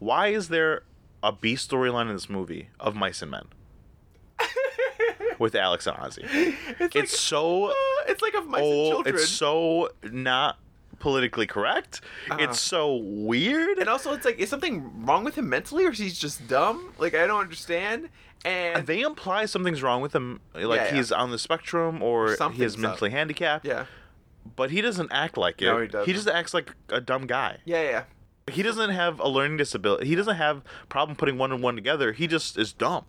Why is there a B storyline in this movie of mice and men with Alex and Ozzy? It's
it's, like,
so
uh, it's like of mice and
old.
children.
It's so not politically correct.
Uh-huh.
It's so weird.
and also, it's like, is something wrong with him mentally, or is he just dumb? Like, I don't understand. And
they imply something's wrong with him, like
Yeah, yeah.
he's on the spectrum or he is
Something's up.
mentally handicapped.
yeah,
But he doesn't act like it.
No, he doesn't.
just acts like a dumb guy.
yeah, yeah.
He doesn't have a learning disability. He doesn't have problem putting one and one together. He just is dumb.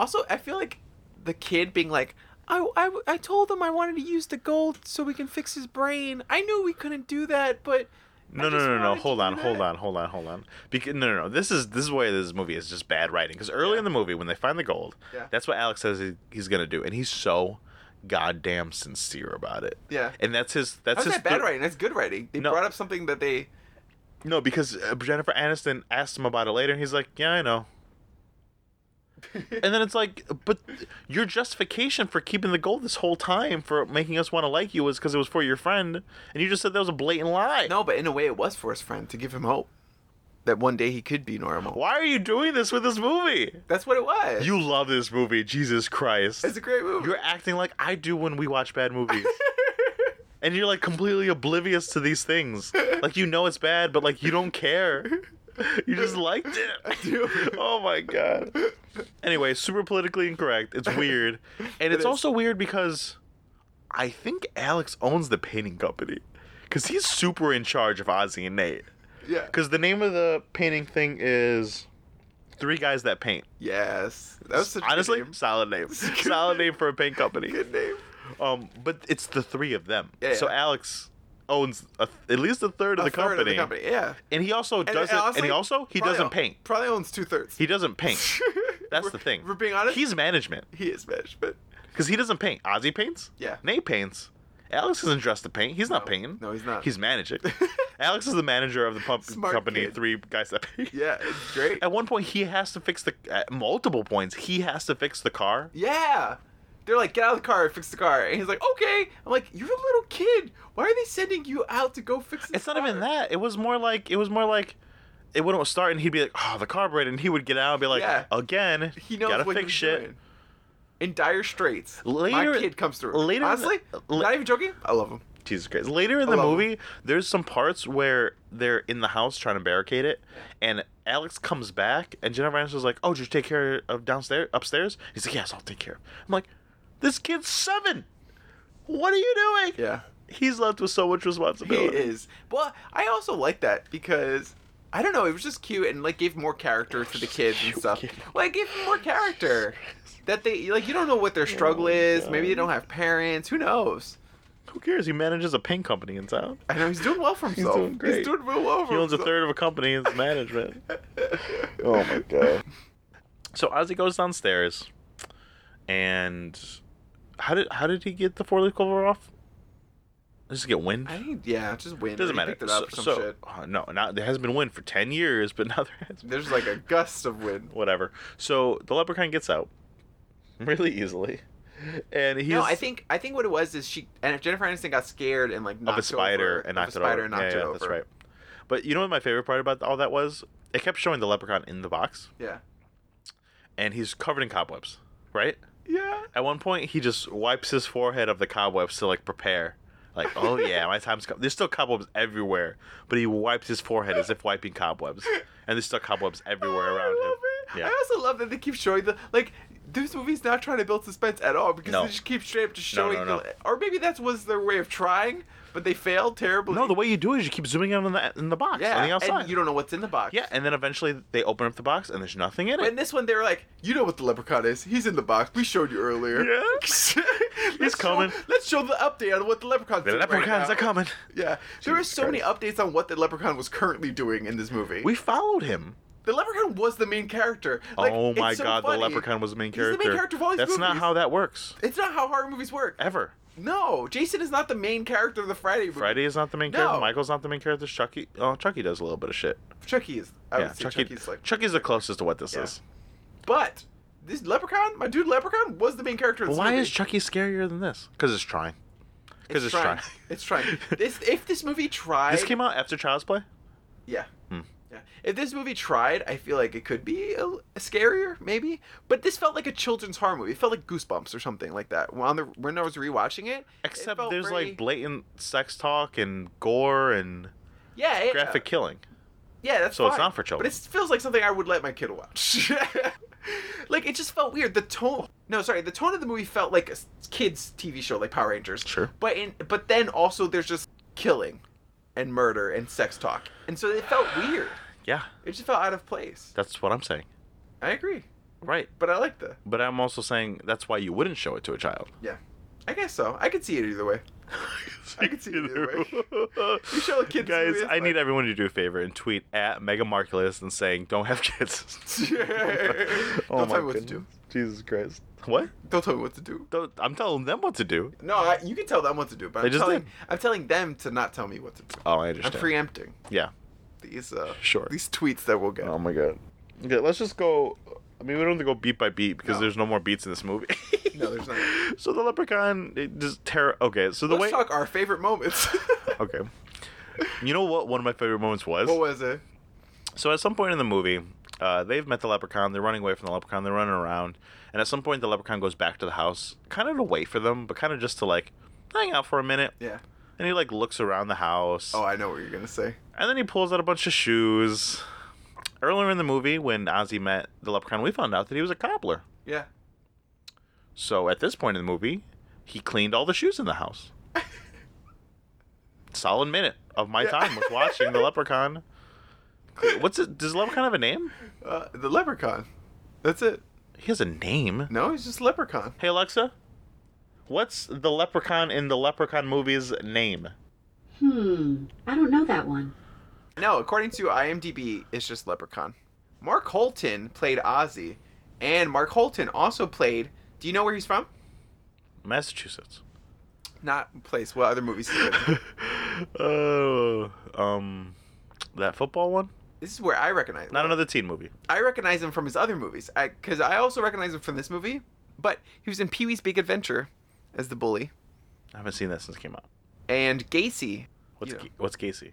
Also, I feel like the kid being like, I, I, I told him I wanted to use the gold so we can fix his brain. I knew we couldn't do that, but. I
No, no,
just
no, no.
wanted to
Hold
do
on, hold
that."
on, hold on, hold on. Because no, no, no. This is this is why this movie is just bad writing. Because early in the movie, when they find the gold,
Yeah.
that's what Alex says he, he's gonna do, and he's so goddamn sincere about it.
Yeah.
And that's his. That's
That's
his.
not bad
th-
writing. That's good writing. They
No.
brought up something that they.
No, because uh, Jennifer Aniston asked him about it later, and he's like, "Yeah, I know." and then it's like, but your justification for keeping the gold this whole time for making us want to like you was because it was for your friend, and you just said that was a blatant lie.
No, but in a way, it was for his friend to give him hope that one day he could be normal.
Why are you doing this with this movie?
That's what it was.
You love this movie, Jesus Christ.
It's a great movie.
You're acting like I do when we watch bad movies. and you're like completely oblivious to these things. Like you know it's bad, but like you don't care. You just liked it.
do.
Oh my god. Anyway, super politically incorrect. It's weird. And it's
is.
also weird because I think Alex owns the painting company. Cause he's super in charge of Ozzy and Nate.
yeah.
Cause the name of the painting thing is Three Guys That Paint.
Yes. That was such a good
Honestly,
name.
solid name. solid name for a paint company.
good name.
Um, but it's the three of them.
Yeah, yeah.
So Alex owns a, at least a third, of,
A
the
third
company,
of the company. Yeah.
and he also doesn't. And,
honestly,
he also he
probably
doesn't
o-
paint.
Probably owns two thirds.
He doesn't paint. That's the thing.
We're being honest.
He's management
he is management.
because he doesn't paint. Ozzy paints.
Yeah.
Nate paints. Alex isn't dressed to paint. He's not
No.
painting.
No, he's not.
He's managing. Alex is the manager of the pump
Smart
company.
kid.
Three guys that paint.
Yeah, it's great.
At one point, he has to fix the at multiple points. He has to fix the car.
Yeah. They're like, get out of the car, fix the car. And he's like, okay. I'm like, you're a little kid. Why are they sending you out to go fix the
It's not even that. It was more like it was more like it wouldn't start, and he'd be like, "Oh, the carburetor," and he would get out and be like,
Yeah.
"Again,
He knows
gotta
what
fix
he's
shit."
doing. In dire straits.
Later-
my kid comes through.
later in the-
Honestly,
la-
not even joking. I love him.
Jesus Christ! Later in the
love
movie, there's some parts where they're in the house trying to barricade it, and Alex comes back, and Jennifer Aniston's like, "Oh, did you take care of downstairs, upstairs?" He's like, "Yes, I'll take care." of it." I'm like, "This kid's seven. What are you doing?"
Yeah.
he's left with so much
He
responsibility.
is. Well, I also like that because I don't know, it was just cute and like gave more character to the kids and stuff. Like gave them more character. That they like you don't know
Oh
what their struggle is. Maybe they don't have parents. Who knows?
Who cares? He manages a paint company in town.
I know he's doing well for himself.
doing great.
doing real well for
He owns a
himself.
third of a company in his management.
oh my god.
So Ozzy goes downstairs, and how did how did he get the four leaf clover off? Just get wind.
I think yeah, just win.
Doesn't
He
matter.
Picked it up
so,
or some
so-
shit.
uh, no, not there has been wind for ten years, but now there has.
There's like a gust of wind.
Whatever. So the leprechaun gets out really easily, and he's
no, I think I think what it was is she and Jennifer Aniston got scared and like
of
knocked
a spider
over,
and
of a
knocked
spider
it over.
and knocked
yeah,
it
yeah,
over.
that's right. But you know what my favorite part about all that was? It kept showing the leprechaun in the box,
Yeah.
and he's covered in cobwebs. Right.
Yeah.
At one point, he just wipes his forehead of the cobwebs to like prepare. Like, oh yeah, my time's come. There's still cobwebs everywhere, but he wipes his forehead as if wiping cobwebs, and there's still cobwebs everywhere
Oh,
around
I
him.
love it.
Yeah.
I also love that they keep showing the like this movie's not trying to build suspense at all because
No.
they just keep straight up just
No,
showing
no,
the or maybe that was their way of trying, but they failed terribly.
No, the way you do it is you keep zooming in on the in the box
yeah,
on the outside.
And you don't know what's in the box.
yeah, and then eventually they open up the box and there's nothing in
But in
it.
this one they were like, You know what the leprechaun is. He's in the box. We showed you earlier.
Yeah.
Let's
coming.
Show, let's show the update on what the leprechaun's
The
doing right
leprechauns
now.
are coming.
Yeah, there are so many updates on what the leprechaun was currently doing in this movie.
We followed him.
the leprechaun was the main character. Like,
oh
it's
my
so
god,
funny.
the leprechaun was the main
He's the main
character.
character of all these
That's not
movies.
how that works
It's not how horror movies work.
ever.
No, Jason is not the main character of the Friday movie.
Friday is not the main
No.
character. Michael's not the main character. Chucky, oh, Chucky does a little bit of shit.
Chucky is. I
yeah, E,
would say
Chucky,
Chucky's like.
Chucky's the closest to what this
Yeah.
is.
But this leprechaun, my dude, leprechaun was the main character. Of
But
this
why
movie.
is Chucky scarier than this? Because it's trying. Because it's, trying.
It's trying. this if this movie tried.
This came out after Child's Play.
Yeah.
Hmm.
Yeah. If this movie tried, I feel like it could be a, l- scarier, maybe. But this felt like a children's horror movie. It felt like Goosebumps or something like that. When, on the, when I was rewatching it, it
Except
felt
there's
very-
like blatant sex talk and gore and
yeah, it-
graphic killing.
Yeah, that's
So it's
fine.
not for children.
But it feels like something I would let my kid watch. like it just felt weird. The tone, no, sorry, the tone of the movie felt like a s- kids' TV show, like Power Rangers.
Sure.
But in, but then also there's just killing, and murder and sex talk, and so it felt weird.
Yeah,
It just felt out of place.
that's what I'm saying.
I agree,
Right.
but I like the.
But I'm also saying that's why you wouldn't show it to a child.
Yeah, I guess so. I could see it either way. I could see it either way. You show a kid this
Guys,
movie, it's
I need
fine.
everyone to do a favor and tweet at Mega Markulis and saying, don't have kids.
Don't tell me what to do.
Jesus Christ. What?
Don't tell me what to do.
Don't, I'm telling them what to do.
No, I, you can tell them what to do, but
They
I'm
just
telling,
did.
I'm telling them to not tell me what to do.
Oh, I
I'm
understand.
preempting
yeah.
these uh,
Sure. Um,
these tweets that we'll get.
Oh my god. Okay, let's just go. I mean, we don't have to go beat by beat because
No.
there's no more beats in this movie.
no, there's not.
so the leprechaun it just terror. Okay, so the
Let's
way.
talk our favorite moments.
Okay. You know what? One of my favorite moments was.
what was it?
So at some point in the movie, uh, they've met the leprechaun. They're running away from the leprechaun. They're running around, and at some point, the leprechaun goes back to the house, kind of to wait for them, but kind of just to like hang out for a minute.
Yeah.
And he like looks around the house.
Oh, I know what you're gonna say.
And then he pulls out a bunch of shoes. Earlier in the movie, when Ozzy met the leprechaun, we found out that he was a cobbler.
Yeah.
So at this point in the movie, he cleaned all the shoes in the house. Solid minute of my time was watching the leprechaun. cle- What's it? Does the leprechaun have a name?
Uh, the leprechaun. That's it.
He has a name.
No, he's just leprechaun.
Hey Alexa, what's the leprechaun in the leprechaun movie's name?
Hmm, I don't know that one.
No, according to IMDb, it's just leprechaun. Mark Holton played Ozzy, and Mark Holton also played. Do you know where he's from?
Massachusetts.
Not place. What other movies? Is it?
Oh, um, that football one.
this is where I recognize.
Not another teen movie.
I recognize him from his other movies. I because I also recognize him from this movie, but he was in Pee Wee's Big Adventure as the bully,
I haven't seen that since it came out.
and Gacy,
What's
Yeah.
Ga- what's Gacy?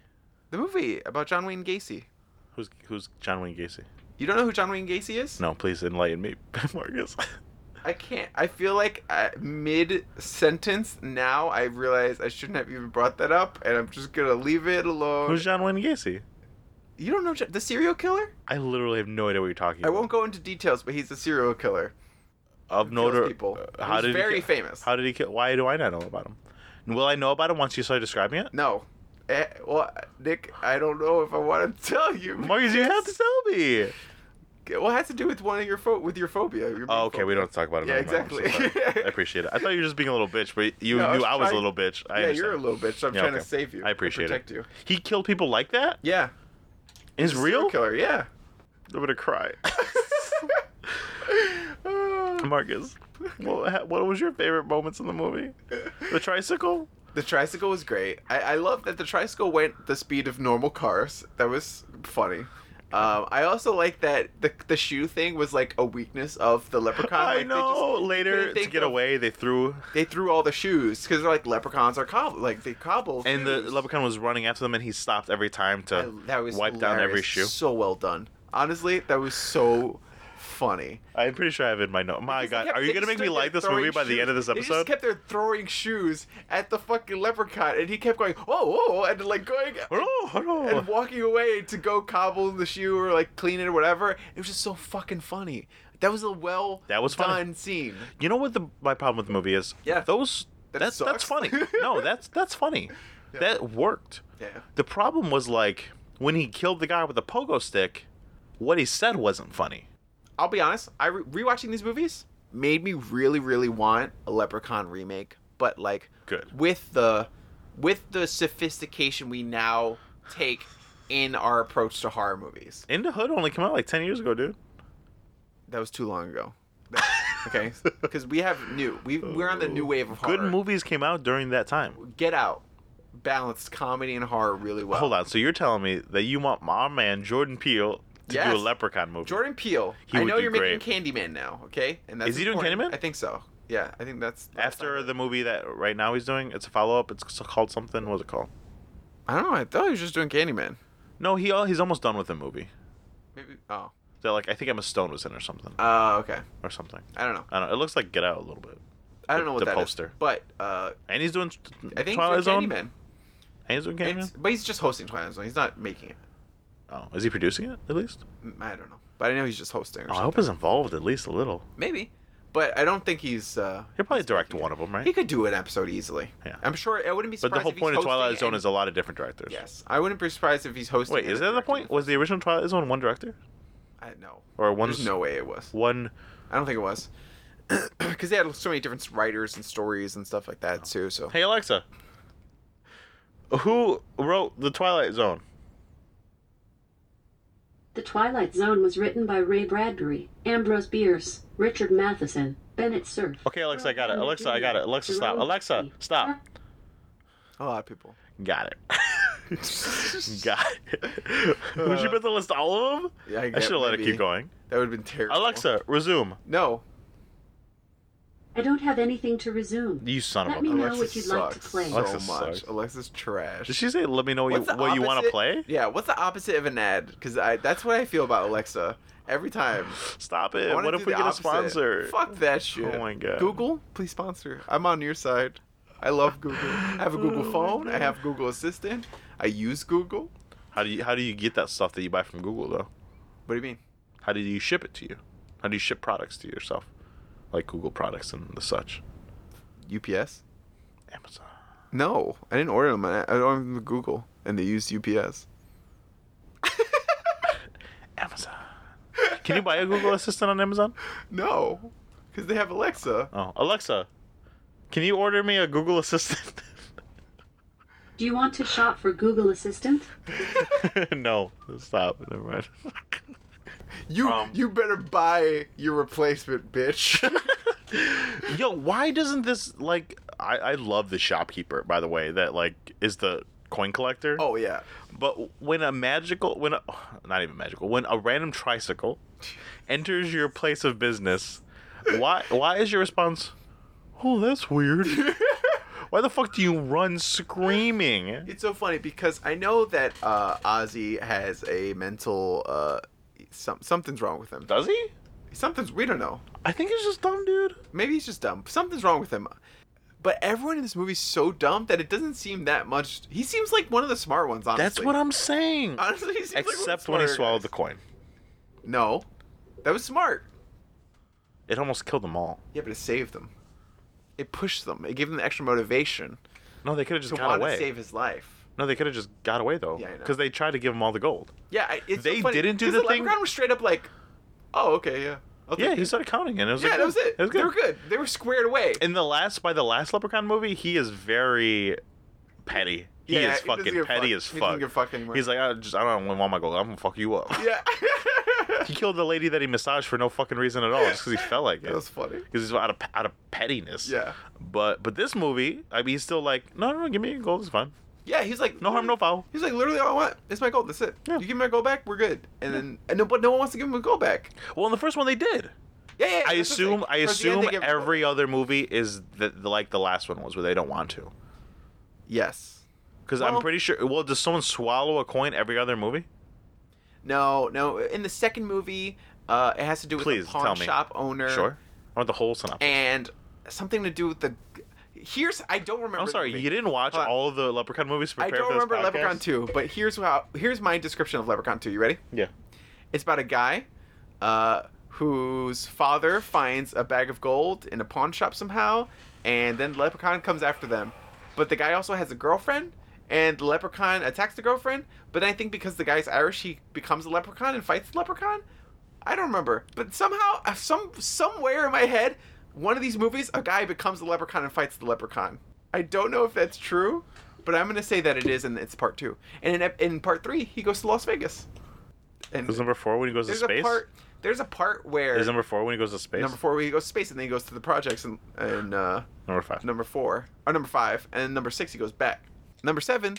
the movie about John Wayne Gacy.
Who's who's John Wayne Gacy?
You don't know who John Wayne Gacy is?
No, please enlighten me, Marcus.
I can't. I feel like uh, mid sentence now I realize I shouldn't have even brought that up, and I'm just gonna leave it alone.
Who's John Wayne Gacy?
you don't know Jo- the serial killer?
I literally have no idea what you're talking.
I won't go into details, but he's a serial killer.
About. Of
Kills
notor-
people.
uh, How
He's
did
very
he kill-
famous.
How did he kill? Why do I not know about him? And Will I know about it once you start describing it?
No. Eh, well, Nick, I don't know if I want to tell you.
Marcus, you have to tell me.
Well, it has to do with one of your pho- with your phobia. Your
Oh, okay,
phobia.
we don't have to talk about it.
Yeah,
anymore. I'm so
exactly.
sorry. I appreciate it. I thought you were just being a little bitch, but you
No, I
knew
was
I was a
trying-
little bitch. I
yeah,
understand.
you're a little bitch. so I'm
Yeah,
trying
okay.
to save you.
I appreciate
protect
it.
you.
He killed people like that?
Yeah.
Is
serial
real?
killer. Yeah.
I'm gonna cry. Marcus, what, ha- what was your favorite moments in the movie? The tricycle?
The tricycle was great. I, I love that the tricycle went the speed of normal cars. That was funny. Um, I also like that the the shoe thing was like a weakness of the leprechaun. Like,
I
they
know.
just- couldn't
Later to
think
get
of-
away, they threw,
They threw all the shoes because they're like leprechauns are cobble like they cobble.
and the
shoes.
leprechaun was running after them, and he stopped every time
I-
to
that was
wipe down every
hilarious.
shoe.
So well done. Honestly, that was so funny.
I'm pretty sure I have it in my note. My
Because they
God,
kept-
are
they
you gonna
just
make me
stood
like
there
this movie
throwing
by the end of this
shoes. They
episode?
just kept there throwing shoes at the fucking leprechaun, and he kept going, "Oh, oh," and like going
Hello, hello.
and walking away to go cobble the shoe or like clean it or whatever. It was just so fucking funny. That was a well
That was funny.
done scene.
You know what the my problem with the movie is?
Yeah.
Those
That
that's that's
sucks.
funny. no, that's that's funny. That worked.
Yeah,
The problem was like when he killed the guy with the pogo stick, what he said wasn't funny.
I'll be honest. I re- rewatching these movies made me really, really want a Leprechaun remake, but like
Good.
with the with the sophistication we now take in our approach to horror movies.
In the Hood only came out like ten years ago, dude.
That was too long ago. That- okay, because we have new. We we're on the new wave of horror.
Good movies came out during that time.
Get Out balanced comedy and horror really well.
Hold on, so you're telling me that you want my man Jordan Peele to do
Yes.
a Leprechaun movie?
Jordan Peele.
He
I
would
know
do
you're making Candyman now, okay? And
Is he doing
important.
Candyman?
I think so. Yeah, I think that's that's
After
not-
the movie that right now he's doing, it's a follow up. It's called something. What's it called?
I don't know. I thought he was just doing Candyman.
No, he he's almost done with the movie.
Maybe. Oh.
That like I think Emma Stone was in or something
Oh, okay.
or something.
I don't know.
I don't. know. It looks like Get Out a little bit.
I don't know what
The
that is.
poster.
But uh,
And he's doing.
I think
Twilight
he's
Zone.
doing Candyman.
And he's doing Candyman.
It's- But he's just hosting Twilight Zone. He's not making it.
Oh, is he producing it at least?
Mm, I don't know. But I know he's just hosting. Or
Oh, I
something.
hope he's involved at least a little.
Maybe. But I don't think he's. Uh,
He'll probably direct one of them,
he
right?
could do an episode easily.
Yeah.
I'm sure. I wouldn't be
But
surprised.
the whole
if he's
point of
hosting
Twilight Zone
and-
is a lot of different directors.
Yes, I wouldn't be surprised if he's hosting.
Wait,
and
is that the
directing.
point? Was the original Twilight Zone one director
I know.
or one?
There's no way it was.
One.
I don't think it was. Because they had so many different writers and stories and stuff like that too. So
Oh. Hey Alexa, who wrote the Twilight Zone?
The Twilight Zone was written by Ray Bradbury, Ambrose Bierce, Richard Matheson, Bennett Cerf.
Okay, Alexa, I got it. Alexa, I got it. Alexa, stop. Alexa, stop.
a lot of people.
Got it. got it. Would you bet the list all of them?
Yeah,
I should have let it
maybe.
keep going.
That would have been terrible.
Alexa, resume.
No.
I don't have anything to resume.
You son of
Let
a.
me
bitch.
know
Alexa
what you'd like to
sucks
play.
So
Alexa
much.
sucks.
Alexa's trash.
Did she say let me know what you
What's the
what you want to
opposite-
play?
Yeah. What's the opposite of an ad? Because I that's what I feel about Alexa every time.
Stop
I
it.
wanna
What
do
if we
the
get a
opposite.
sponsor?
Fuck that shit.
Oh my God.
Google, please sponsor. I'm on your side. I love Google. I have a Google
Oh,
phone. I have Google Assistant. I use Google.
How do you how do you get that stuff that you buy from Google though?
What do you mean?
How do you ship it to you? How do you ship products to yourself? Like Google products and the such.
UPS?
Amazon.
No, I didn't order them. I I ordered them from Google, and they used UPS.
Amazon. Can you buy a Google Assistant on Amazon?
No, because they have Alexa.
Oh, Alexa. Can you order me a Google Assistant?
Do you want to shop for Google Assistant?
no. Stop. Never mind.
You
Um.
you better buy your replacement, bitch.
Yo, why doesn't this like I, I love the shopkeeper, by the way, that like is the coin collector.
oh yeah,
But when a magical, when a, not even magical, when a random tricycle enters your place of business, why why is your response? Oh, that's weird. why the fuck do you run screaming?
it's so funny because I know that uh, Ozzy has a mental uh, some, something's wrong with him.
Does he?
Something's we don't know.
I think he's just dumb, dude.
Maybe he's just dumb. Something's wrong with him. But everyone in this movie's so dumb that it doesn't seem that much. He seems like one of the smart ones, honestly.
That's what I'm saying.
Honestly, he seems like one of the
Except when he
smarter
swallowed the
guys.
coin,
No, that was smart.
it almost killed them all.
Yeah, but it saved them. It pushed them. It gave them extra motivation.
No, they could have just
to
got
want to
away.
save his life.
No, they could have just got away though,
Yeah, I know.
because they tried to give him all the gold.
Yeah, I- it's
They
so funny,
didn't do
'cause
the
the
thing-
Leprechaun was straight up like, "Oh, okay, yeah, I'll
Yeah,
take
he
it."
started counting, and it was
yeah,
like,
that was it.
It was
They
good.
were good. They were squared away.
In the last, by the last Leprechaun movie, he is very petty. He
Yeah,
is
he doesn't
fucking
give a
petty
fuck.
as
He doesn't
fuck.
give a fuck anymore.
He's like, I just, I don't want my gold. I'm gonna fuck you up.
yeah,
He killed the lady that he massaged for no fucking reason at all, just because he felt like
that was
it.
funny.
Because he's out of out of pettiness.
Yeah,
But but this movie, I mean, he's still like, no, no, no, give me your gold. It's fine.
yeah, he's like,
No harm, no foul.
He's like, literally, all I want is my gold. That's it.
Yeah.
You give me my gold back, we're good. And then, and no, but no one wants to give him a gold back.
Well, in the first one, they did.
Yeah, yeah.
I
that's the
assume
thing.
I
Towards the end,
assume
they give him a gold
every other movie is the, the, like the last one was where they don't want to.
back. Yes.
Because I'm
Well-
pretty sure. Well, does someone swallow a coin every other movie?
No, no. In the second movie, uh, it has to do with
Please
a
tell
pawn
me.
shop owner.
Sure. I want the whole synopsis.
And something to do with the. Here's I don't remember.
I'm
the
sorry,
movie.
you didn't watch
Hold on.
all of the Leprechaun movies. to
I
Prepare
don't
for this
remember
podcast?
Leprechaun 2, but here's how here's my description of Leprechaun 2. You ready?
Yeah.
It's about a guy uh, whose father finds a bag of gold in a pawn shop somehow, and then the leprechaun comes after them. But the guy also has a girlfriend, and the leprechaun attacks the girlfriend. But I think because the guy's Irish, he becomes a leprechaun and fights the leprechaun. I don't remember, but somehow, uh, some somewhere in my head, one of these movies, a guy becomes a leprechaun and fights the leprechaun. I don't know if that's true, but I'm gonna say that it is, and it's part two. And in, ep- in part three, he goes to Las Vegas. And
Is number four when he goes to
there's
space?
a part. There's a part where
Is number four when he goes to space?
number four where he goes to space and then he goes to the projects and and uh,
Number five.
number four or number five and then number six he goes back. Number seven,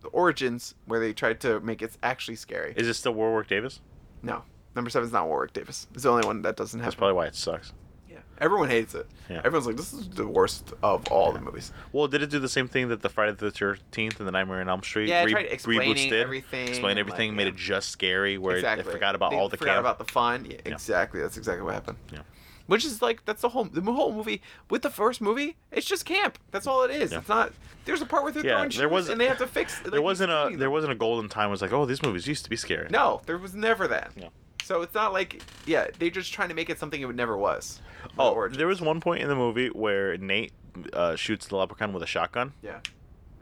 the origins where they tried to make it actually scary.
Is it still Warwick Davis?
no, number seven's not Warwick Davis. It's the only one that doesn't
That's
have.
probably why it sucks.
yeah. Everyone hates it.
Yeah.
Everyone's like, this is the worst of all the movies.
Well, did it do the same thing that the Friday the Thirteenth and the Nightmare on Elm Street
Yeah, I
re-
tried explaining
reboots did?
everything
Explain
and,
everything,
like,
made
yeah.
it just scary, where it-
exactly.
they forgot about
They
all the
forgot
camp.
about the fun. Yeah, exactly. That's exactly what happened.
Yeah.
Which is like that's the whole the whole movie with the first movie. It's just camp. That's all it is.
Yeah.
It's not. There's a part where they're
Yeah,
throwing
there
shoes
was-
and they have to fix.
there wasn't a there wasn't a golden time. It was like, oh, these movies used to be scary.
No, there was never that.
No.
So it's not like yeah, they're just trying to make it something it never was. The
Oh,
origin.
there was one point in the movie where Nate uh, shoots the leprechaun with a shotgun.
yeah.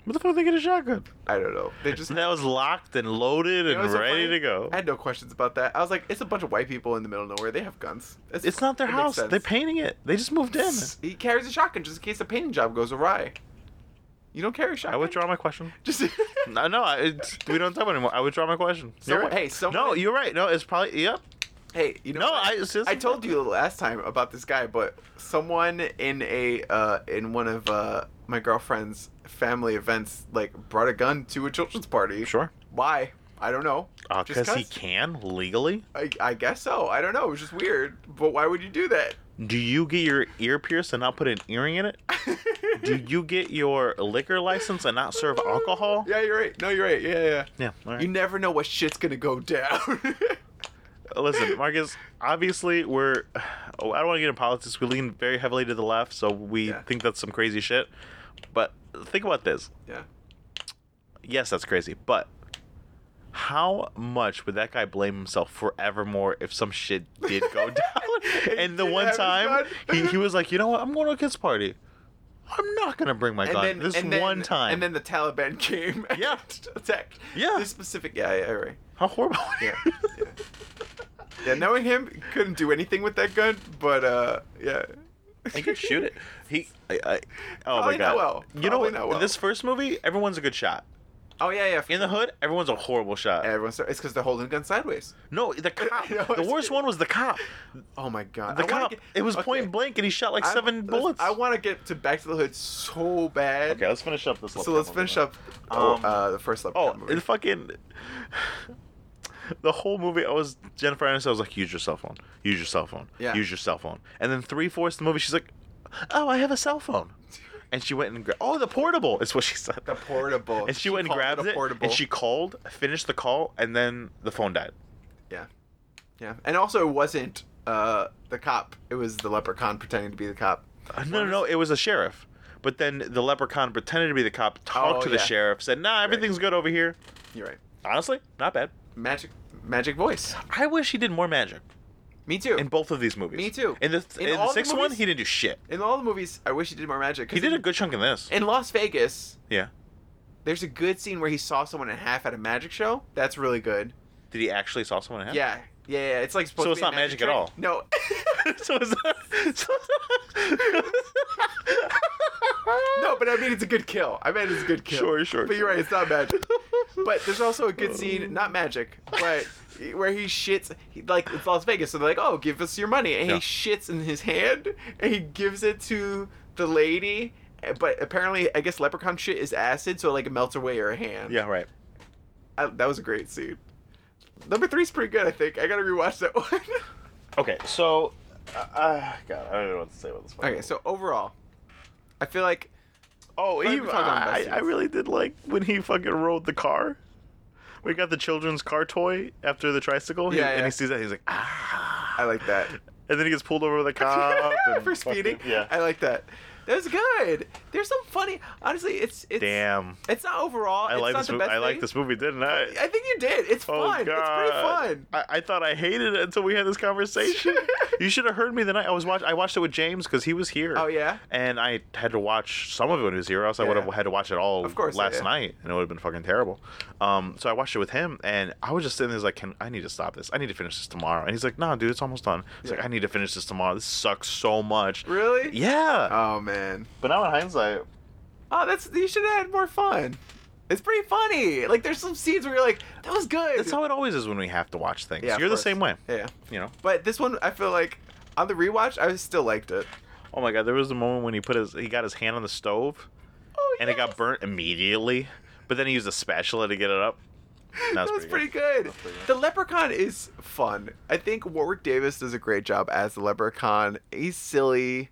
What the fuck did they get a shotgun?
I don't know. They just.
And that was locked and loaded
you know
and
what's so
ready
funny?
to go.
I had no questions about that. I was like, it's a bunch of white people in the middle of nowhere. They have guns.
It's not their
it makes
house.
sense.
They're painting it. They just moved in.
He carries a shotgun just in case the painting job goes awry. You don't carry a shotgun.
I withdraw my question.
Just
No, no, I, it's, we don't talk about it anymore. I withdraw my question.
Someone-
You're right.
hey, someone-
no, you're right. No, it's probably yep.
hey, you know.
No,
what?
I- it's just-
I told you last time about this guy, but someone in a uh, in one of uh, my girlfriend's family events like brought a gun to a children's party.
Sure.
Why? I don't know. Just
Because he
'cause?
can legally.
I, I guess so. I don't know. It was just weird. But why would you do that?
Do you get your ear pierced and not put an earring in it? Do you get your liquor license and not serve alcohol?
yeah, you're right. No, you're right. Yeah, yeah.
Yeah. All right.
You never know what shit's gonna go down.
Listen, Marcus. Obviously, we're. Oh, I don't want to get in politics. We lean very heavily to the left, so we
Yeah.
think that's some crazy shit. But think about this.
yeah.
Yes, that's crazy. But how much would that guy blame himself forevermore if some shit did go down? and the
did
one
have his
time
gun.
he, he was like, you know what? I'm going to a kids party. I'm not going to bring my gun. this
and then-
one time.
And then the Taliban came. and
Yeah.
attacked.
Yeah.
This specific. Yeah, yeah, right.
how horrible.
Yeah. yeah. Yeah, knowing him, couldn't do anything with that gun, but uh, yeah.
He could shoot it. He, I, I, oh
Probably
my god!
not well.
You know,
Probably not well.
this first movie, everyone's a good shot.
Oh yeah, yeah.
In the hood, everyone's a horrible shot.
Everyone, start, it's because they're holding the gun sideways.
No, the cop.
know,
the
it's-
worst one was the cop.
Oh my god.
The
I wanna
cop.
get-
it was
okay,
point blank, and he shot like
I'm-
seven
let's-
bullets.
I want to get to Back to the Hood so bad.
okay, let's finish up this.
So let's finish up oh,
Um,
uh, the first level.
Oh, the fucking. The whole movie, I was Jennifer Aniston. I was like, "Use your cell phone. Use your cell phone.
Yeah.
Use your cell phone." And then three fourths of the movie, she's like, "Oh, I have a cell phone," and she went and grabbed. Oh, the portable is what she said.
the portable.
and she, went and
called
grabbed
a
it, and she called, finished the call, and then the phone died.
Yeah, yeah. And also, it wasn't uh, the cop. It was the leprechaun pretending to be the cop.
Uh, No, no, no, it was a sheriff. But then the leprechaun pretended to be the cop, talked
Oh,
to the
yeah.
sheriff, said, "Nah, everything's good over here."
You're right.
Honestly, not bad.
Magic, magic voice.
I wish he did more magic.
Me too.
in both of these movies.
Me too.
In the,
In
in the
all the
sixth one,
movies-
he didn't do shit.
in all the movies, I wish he did more magic. 'cause
He did a good chunk in this.
in Las Vegas.
yeah.
There's a good scene where he saw someone in half at a magic show. That's really good.
Did he actually saw someone in half?
Yeah, yeah, yeah. It's like supposed
So
to
it's
be a
not magic at
trick.
all.
No,
so it's so,
no, but I mean it's a good kill. I mean it's a good kill.
Sure, sure,
But you're
sure.
right, it's not magic. but there's also a good
Um.
scene, not magic, but where he shits. He, like it's Las Vegas, so they're like, "Oh, give us your money," and
Yeah.
he shits in his hand and he gives it to the lady. eh, But apparently, I guess leprechaun shit is acid, so it, like it melts away her hand.
yeah, right.
I, that was a great scene. Number three's pretty good, I think. I gotta rewatch that one.
Okay, so. Uh, uh, God, I don't know what to say about this one.
okay, so overall, I feel like
Oh,
Right,
he,
we're talking about
I,
scenes.
I really did like when he fucking rode the car. We got the children's car toy after the tricycle. He-
Yeah,
And
yeah.
he sees that. He's like, ah.
I like that.
And then he gets pulled over with a cop. and
for
fucking-
speeding.
yeah.
I like that. That was good. There's some funny. Honestly, it's it's
Damn.
it's not overall.
I
it's
like
not
this
the
movie.
best
I like
thing.
this movie, didn't I?
I think you did. It's
Oh
fun.
God.
It's pretty fun.
I, I thought I hated it until we had this conversation. you should have heard me the night I was watch. I watched it with James because he was here.
Oh yeah.
And I had to watch some of it when he was here, or else I
Yeah.
would have had to watch it all
Of course,
last
yeah.
night, and it would have been fucking terrible. Um, so I watched it with him, and I was just sitting there like, "Can I need to stop this? I need to finish this tomorrow." And he's like, "No, dude, it's almost done." He's
Yeah.
like, "I need to finish this tomorrow. This sucks so much."
Really?
Yeah.
Oh man.
but now in hindsight,
Oh, that's you should have had more fun. It's pretty funny. Like there's some scenes where you're like, that was good.
that's how it always is when we have to watch things.
Yeah, of
You're the
course.
same way.
yeah.
You know.
But this one, I feel like on the rewatch, I still liked it.
Oh my god, there was a moment when he put his he got his hand on the stove.
Oh,
and it got burnt immediately. But then he used a spatula to get it up. That
That
was,
was pretty good. The Leprechaun is fun. I think Warwick Davis does a great job as the Leprechaun. He's silly,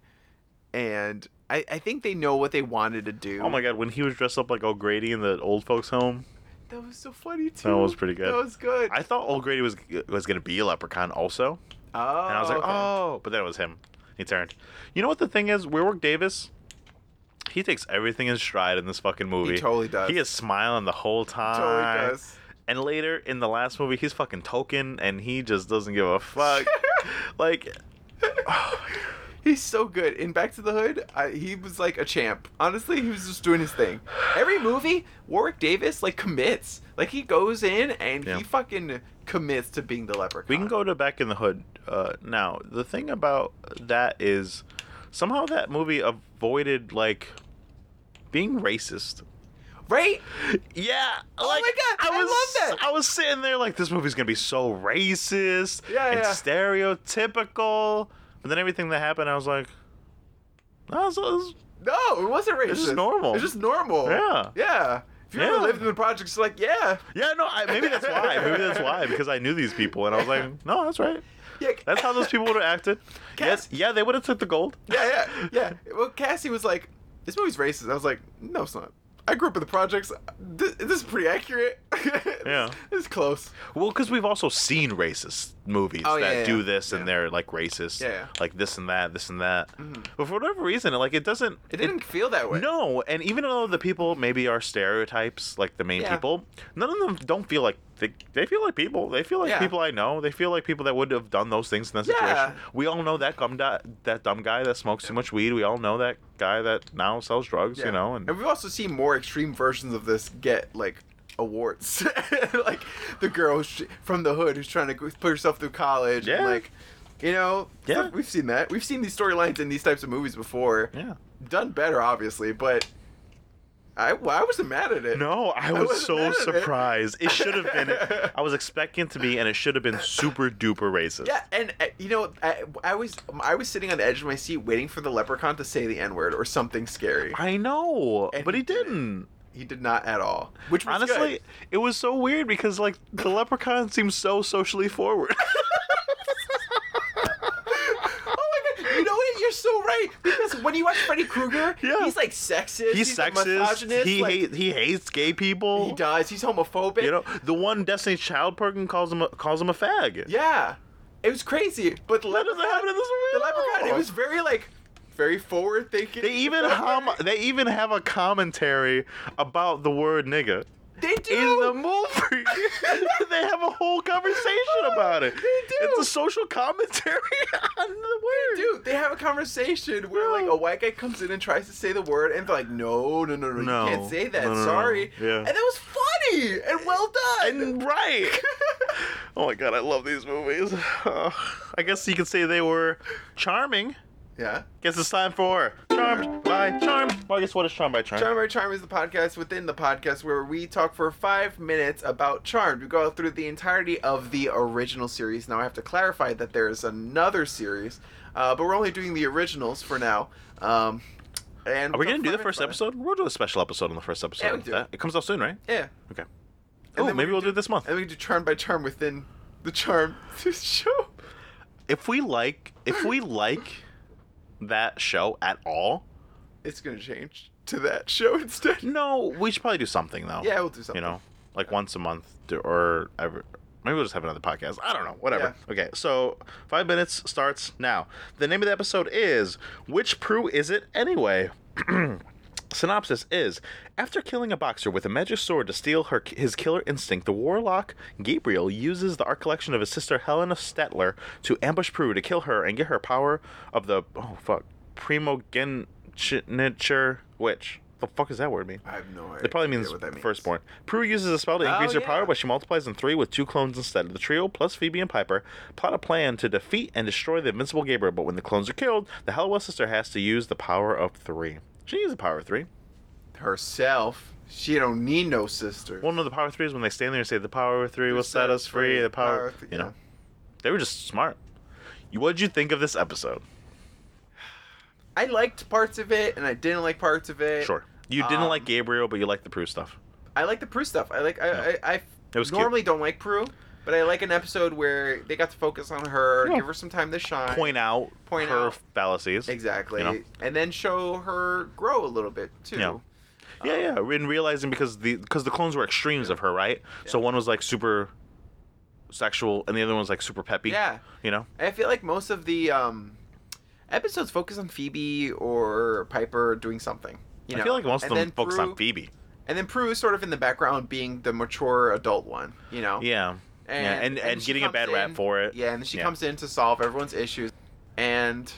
and I, I think they know what they wanted to do.
Oh my god, when he was dressed up like O'Grady in the old folks' home,
that was so funny too.
That was pretty good.
That was good.
I thought O'Grady was was gonna be a leprechaun also,
oh,
and I was like,
okay.
oh, but then it was him. He turned. You know what the thing is? Warwick Davis, he takes everything in stride in this fucking movie.
totally does.
He is smiling the whole time.
totally does.
And later in the last movie, he's fucking token, and he just doesn't give a fuck. like,
He's so good. In Back to the Hood, I, he was like a champ. Honestly, he was just doing his thing. Every movie, Warwick Davis like commits. Like he goes in and
Yeah.
he fucking commits to being the Leprechaun.
We can go to Back in the Hood uh, now. The thing about that is somehow that movie avoided like being racist.
right.
Yeah.
Oh
like,
my God, I love that.
I was sitting there like this movie's gonna be so racist
Yeah,
and
yeah.
stereotypical. But then everything that happened, I was like, no, it's- it's-
No, it wasn't racist.
It's just normal.
It's just normal.
Yeah.
Yeah. If you ever
Yeah.
lived in the projects, it's like, yeah.
yeah, no, I, maybe that's why. Maybe that's why because I knew these people and I was like, no, that's right.
Yeah.
That's how those people would have acted. Yes, yeah, they would have took the gold.
yeah, yeah, yeah. Well, Cassie was like, this movie's racist. I was like, no, it's not. I grew up in the projects. This, this is pretty accurate.
Yeah.
This is close.
Well, because we've also seen racist movies that
Oh, yeah, yeah,
do this,
yeah.
and they're like racist,
Yeah, Mm-hmm. yeah.
like this and that, this and that. But for whatever reason, like it doesn't.
It didn't feel that way.
no, and even though the people maybe are stereotypes, like the main
Yeah.
people, none of them don't feel like they, they feel like people. They feel like
Yeah.
people I know. They feel like people that would have done those things in that situation.
Yeah.
We all know that dumb di- that dumb guy that smokes too much weed. We all know that guy that now sells drugs.
Yeah.
You know, and
we've also seen more extreme versions of this get like awards, like the girl who's from the hood who's trying to go- put herself through college. and,
Yeah.
like you know,
Yeah.
stuff- we've seen that. We've seen these storylines in these types of movies before.
yeah.
Done better, obviously, but I well, I wasn't mad at it.
No, I
I
was
wasn't
so
mad at it.
surprised. It should have been. I was expecting it to be, and it should have been super duper racist.
Yeah, and uh, you know, I, I was I was sitting on the edge of my seat waiting for the leprechaun to say the n word or something scary.
I know,
And
but
he
he
didn't.
didn't.
He did not at all. Which was
Honestly,
good.
it was so weird because like the leprechaun seems so socially forward.
Oh my god! You know what? You're so right. Because when you watch Freddy Krueger,
Yeah.
he's like sexist.
He's,
a
sexist.
misogynist,
He
like,
hate, he hates gay people.
He does. He's homophobic.
You know, the one Destiny's Child person calls him a, calls him a fag.
Yeah. It was crazy. But the
That doesn't
leprechaun,
happen in this movie
the
at
leprechaun. It
all.
was very like, very forward thinking.
They even hum, they even have a commentary about the word nigga.
They
in the
do.
movie. they have a whole conversation about it. They
Oh, do.
It's a social commentary on the word.
Dude, they have a conversation where like a white guy comes in and tries to say the word, and they're like, "No, no, no, no,
No.
you can't say that.
No, no, no, no.
Sorry."
Yeah.
And that was funny and well done.
And right. oh my god, I love these movies. I guess you could say they were charming.
yeah.
Guess it's time for Charmed by Charm. Well, I guess what is Charmed by Charm?
Charm by Charm is the podcast within the podcast where we talk for five minutes about Charmed. We go through the entirety of the original series. Now I have to clarify that there is another series, uh, but we're only doing the originals for now. Um, and
Are we gonna
we'll talk
do the
five
first
minutes
episode? We'll do a special episode on the first episode.
Yeah, we
of
do.
that. It comes out soon, right?
about it. Yeah.
Okay.
then
oh,
we
maybe
can
we'll
do-
do it this month.
And we can do Charm by Charm within the Charm show.
If we like, if we like that show at all,
It's gonna change to that show instead.
no, we should probably do something though.
Yeah, we'll do
you
something.
know, like once a month to, or every. Maybe we'll just have another podcast. I don't know. Whatever. Okay, so five minutes starts now. The name of the episode is Which Prue Is It Anyway? Synopsis is After killing a boxer with a magic sword to steal her, his killer instinct, the warlock Gabriel uses the art collection of his sister Helena Stetler to ambush Prue to kill her and get her power of the. Oh, fuck. Primogeniture witch. The fuck does that word mean?
I have no idea.
It probably means,
what that means.
firstborn. Prue uses a spell to
Oh,
increase her
yeah.
power, but she multiplies in three with two clones instead. The trio, plus Phoebe and Piper, plot a plan to defeat and destroy the invincible Gabriel, but when the clones are killed, the Hellwell sister has to use the power of three. She needs the power of three.
Herself. She don't need no sister.
Well, no, the power of three is when they stand there and say, The power of three will set us free. The power,
of th-
you know.
yeah.
They were just smart. You- What did you think of this episode?
I liked parts of it and I didn't like parts of it.
Sure. You didn't
Um,
like Gabriel, but you liked the Prue stuff.
I like the Prue stuff. I like I I, I
It was cute.
normally don't like Prue, but I like an episode where they got to focus on her,
Yeah.
give her some time to shine.
Point out
point
her
out-
fallacies.
Exactly.
You know?
And then show her grow a little bit too.
Yeah. Yeah, yeah.
Um,
And realizing because the because the clones were extremes of her, right? So one was like super sexual, and the other one was like super peppy.
Yeah.
You know.
I feel like most of the um, episodes focus on Phoebe or Piper doing something. You know?
I feel like most of
And
them
then
focus
Prue-
on Phoebe.
And then Prue is sort of in the background being the mature adult one, you know?
Yeah. yeah. And and,
she
getting a
comes
bad rap
in-
for it.
Yeah, and then she
Yeah.
comes in to solve everyone's issues. And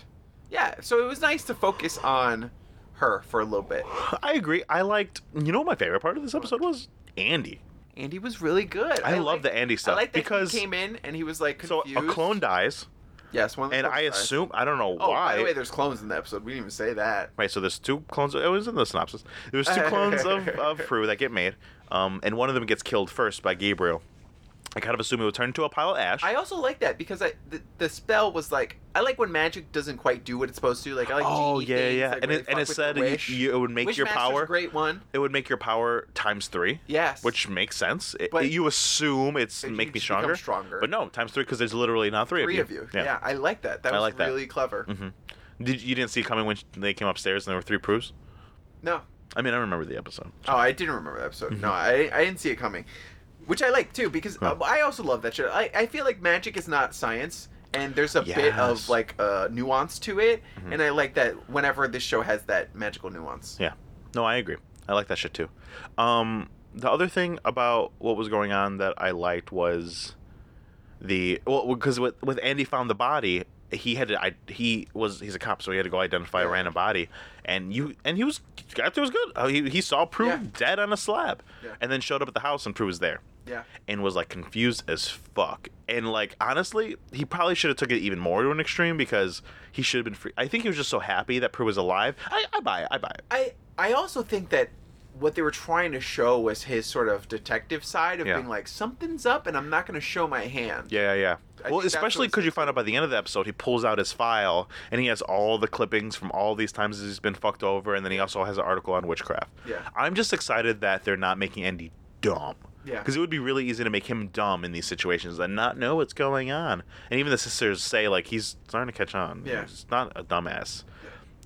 yeah, so it was nice to focus on her for a little bit.
I agree. I liked. You know, what my favorite part of this episode was Andy.
Andy was really good.
I love
like-
the Andy stuff
I like that
because-
he came in and he was like confused.
So a clone dies,
Yes, one of the
and I
clones died.
assume I don't know
Oh,
why.
by the way, there's clones in the episode. We didn't even say that.
Right, so there's two clones. It was in the synopsis. There's two clones of, of Fru that get made, um, and one of them gets killed first by Gabriel. I kind of assume it would turn into a pile of ash.
I also like that because I the, the spell was like I like when magic doesn't quite do what it's supposed to. Like I like
Oh
genie
yeah,
things,
yeah,
like,
and
where
it,
they
and it
fuck with the
said you,
wish.
you, it would make
Wish
your
Master's
power.
a great one.
It would make your power times three.
Yes,
Which makes sense. It-
But-
you assume it's
It-
make
you
me
just become
stronger.
stronger.
But no, times three because there's literally not three,
three
of you.
Yeah. I like that. That
I
was
like that. Mm.
really clever.
Did you didn't see it coming when sh- they came upstairs and there were three proofs?
No,
I mean, I remember the episode.
oh, I didn't remember that episode. No, I I didn't see it coming, which I like too because
Mm-hmm. Huh.
uh, I also love that shit. I I feel like magic is not science. And there's a bit
Yes. Mm-hmm.
of like uh, nuance to it, and I like that whenever this show has that magical nuance.
Yeah. No, I agree. I like that shit too. Um, the other thing about what was going on that I liked was the well because with with Andy found the body he had to I, he was he's a cop so he had to go identify a
Yeah.
random body and you and he was I thought it was good Uh, he, he saw Prue
Yeah.
dead on a slab
Yeah.
and then showed up at the house and Prue was there
Yeah.
and was like confused as fuck and like honestly he probably should have took it even more to an extreme because he should have been free I think he was just so happy that Prue was alive I, I buy it I buy it
I I also think that what they were trying to show was his sort of detective side of
Yeah.
being like something's up and I'm not going to show my hand.
Yeah, yeah.
I
well,
think that's
especially
what's-
because you find out by the end of the episode, he pulls out his file and he has all the clippings from all these times he's been fucked over, and then he also has an article on witchcraft.
Yeah.
I'm just excited that they're not making Andy dumb.
Yeah.
Because it would be really easy to make him dumb in these situations and not know what's going on. And even the sisters say, like, he's starting to catch on.
Yeah.
He's not a dumbass.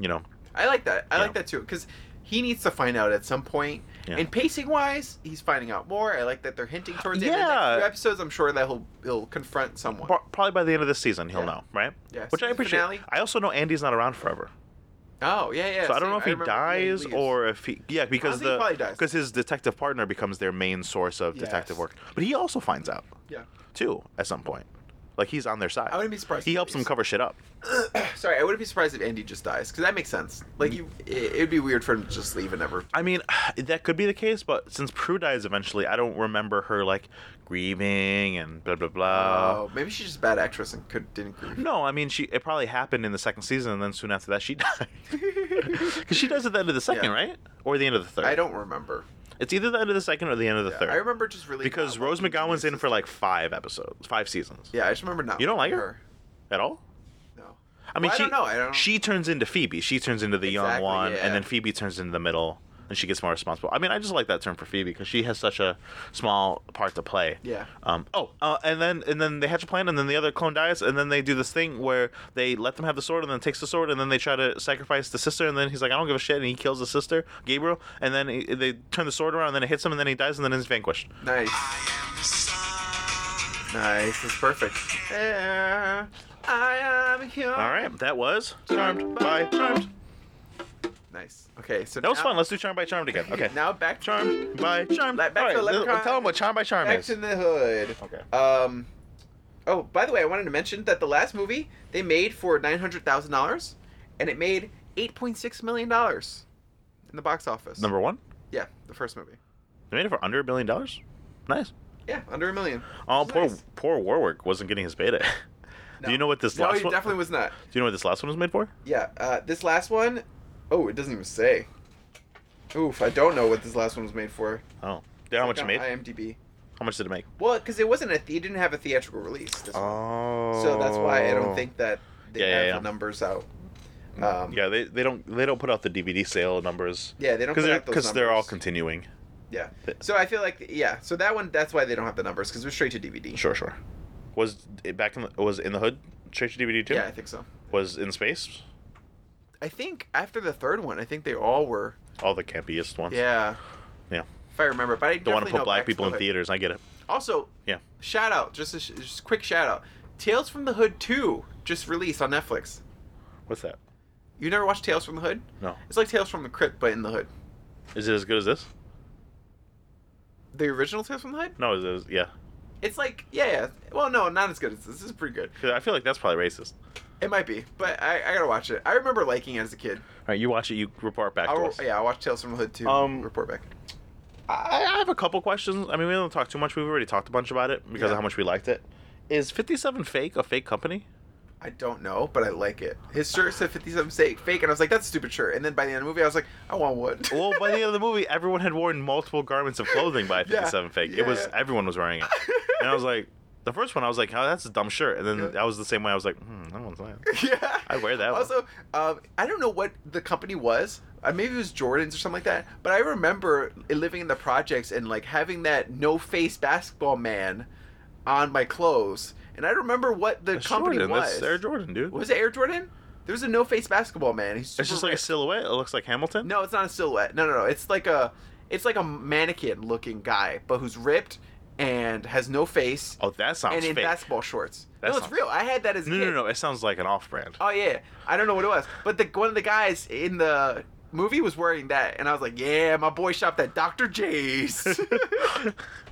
You know?
I like that. I like
Yeah.
that too cuz he needs to find out at some point.
Yeah.
And pacing wise, he's finding out more. I like that they're hinting towards it. In the
Yeah.
next few episodes, I'm sure that he'll he'll confront someone.
Pro- Probably by the end of this season, he'll
Yeah.
know, right?
Yeah,
Which I
season
appreciate.
finale.
I also know Andy's not around forever.
Oh yeah, yeah.
so I don't know if he
remember when
dies
leaves.
or if he yeah because
think he probably
the
dies.
because his detective partner becomes their main source of detective
Yes.
work. But he also finds out
yeah.
too at some point. Like he's on their side.
I wouldn't be surprised
He
if
helps
he
them
is.
cover shit up.
Sorry, I wouldn't be surprised if Andy just dies because that makes sense.
Mm.
Like you, it, it'd be weird for him to just leave and never.
I mean, that could be the case, but since Prue dies eventually, I don't remember her like grieving and blah blah blah.
Oh, maybe she's just a bad actress and could didn't grieve.
No, I mean she. It probably happened in the second season, and then soon after that she died. Because she dies at the end of the second,
Yeah.
right? Or the end of the third.
I don't remember.
It's either the end of the second or the end of the
Yeah,
third.
I remember just really
because
not
Rose
liking
McGowan's in
Jason
for like five episodes, five seasons
Yeah, I just remember not.
You don't
liking
like her? at all.
No.
I mean,
Well, I
she
don't know, I don't-
she turns into Phoebe. She turns into the young
Exactly,
one,
yeah.
and then Phoebe turns into the middle, and she gets more responsible. I mean, I just like that term for Phoebe because she has such a small part to play.
Yeah.
Um. Oh. Uh, and then and then they hatch a plan, and then the other clone dies, and then they do this thing where they let them have the sword, and then takes the sword, and then they try to sacrifice the sister, and then he's like, I don't give a shit, and he kills the sister, Gabriel, and then he, they turn the sword around, and then it hits him, and then he dies, and then he's vanquished.
Nice. Nice. It's perfect. Yeah, I am here.
All right. That was charmed by charmed.
Nice. Okay, so
That was
now,
fun. Let's do charmed by charmed again. Okay.
Now back to
Charmed by Charmed.
Like, back to
All right,
Leprechaun.
tell him what Charmed by Charmed
back
is.
to the hood.
Okay.
Um. Oh, by the way, I wanted to mention that the last movie they made for nine hundred thousand dollars, and it made eight point six million dollars in the box office.
Number one,
Yeah, the first movie.
they made it for under a billion dollars. Nice.
Yeah, under a million.
Oh,
Which is
poor
nice.
poor Warwick wasn't getting his beta. Do you know what this
No,
last
he
one?
definitely was not.
Do you know what this last one was made for?
Yeah, uh, this last one, oh, it doesn't even say. Oof, I don't know what this last one was made for.
Oh, do you know how much it
On
made?
IMDb.
How much did it make?
Well, because it wasn't a th- it didn't have a theatrical release. This one.
Oh.
So that's why I don't think that they
Yeah, yeah,
have
yeah. Mm,
the numbers out. Um, yeah.
Yeah, they, they don't they don't put out the DVD sale numbers
they don't
because
put
they're
out those
because they're all
numbers.
continuing.
yeah. So I feel like yeah. So that one, that's why they don't have the numbers because they're straight to DVD.
Sure, sure. Was it back in the, was in the hood straight to DVD too?
Yeah, I think so.
Was in space
I think after the third one, I think they all were.
all the campiest ones.
Yeah.
Yeah.
If I remember, but I
Don't want
definitely
to put
know
black
Back to
people
the
in
Hood.
theaters. I get it.
Also,
Yeah.
shout out, just a sh- just a quick shout out. Tales from the Hood 2 just released on Netflix.
What's that?
You never watched Tales from the Hood?
No.
It's like Tales from the Crypt, but in the Hood.
Is it as good as this?
The original Tales from the Hood?
No, it is. Yeah.
It's like, yeah, yeah. Well, no, not as good as this. This is pretty good.
'Cause I feel like that's probably racist.
It might be, but I, I gotta watch it. I remember liking it as a kid.
All right, you watch it. You report back to
I'll,
us.
yeah, I watched Tales from the Hood 2.
Um,
report back.
I, I have a couple questions. I mean, we don't talk too much. We've already talked a bunch about it because
Yeah.
of how much we liked it. Is Fifty Seven Fake a fake company?
I don't know, but I like it. His shirt said 57 fake, fake, and I was like, that's a stupid shirt. And then by the end of the movie, I was like, I want one.
Well, by the end of the movie, everyone had worn multiple garments of clothing by
Yeah.
Fifty Seven Fake. It was
Yeah.
everyone was wearing it, and I was like, the first one, I was like, oh, that's a dumb shirt, and then
Yeah.
I was the same way. I was like, hmm, that one's nice.
yeah.
I'd wear that one.
Also, um, I don't know what the company was. Uh, maybe it was Jordan's or something like that. But I remember living in the projects and like having that no face basketball man on my clothes. And I remember what the
That's
company
Jordan.
was.
That's Air Jordan, dude.
Was it Air Jordan? There was a no face basketball man. He's super
It's just like a
ripped.
silhouette. It looks like Hamilton.
no, it's not a silhouette. No, no, no. It's like a it's like a mannequin looking guy, but who's ripped and has no face
Oh, that sounds
and in
fake.
basketball shorts.
That
no,
sounds-
it's real. I had that as a
No,
kid.
no, no. It sounds like an off-brand.
Oh yeah, I don't know what it was, but the one of the guys in the movie was wearing that, and I was like, "Yeah, my boy shopped at Dr. J's."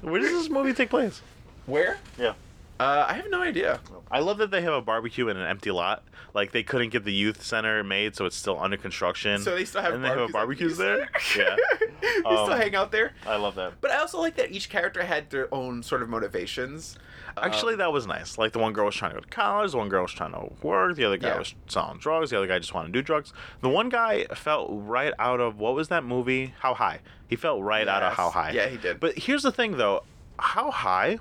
Where does this movie take place?
Where?
Yeah.
Uh, I have no idea.
I love that they have a barbecue in an empty lot. Like they couldn't get the youth center made, so it's still under construction.
So they still have
and they have a barbecues
barbecues
there. yeah,
they still
Um,
hang out there.
I love that.
But I also like that each character had their own sort of motivations.
Actually,
Um,
that was nice. Like the one girl was trying to go to college, the one girl was trying to work, the other guy
Yeah.
was selling drugs, the other guy just wanted to do drugs. The one guy felt right out of what was that movie? How high? He felt right out of
Yes.
how high.
Yeah, he did.
But here's the thing, though. How high?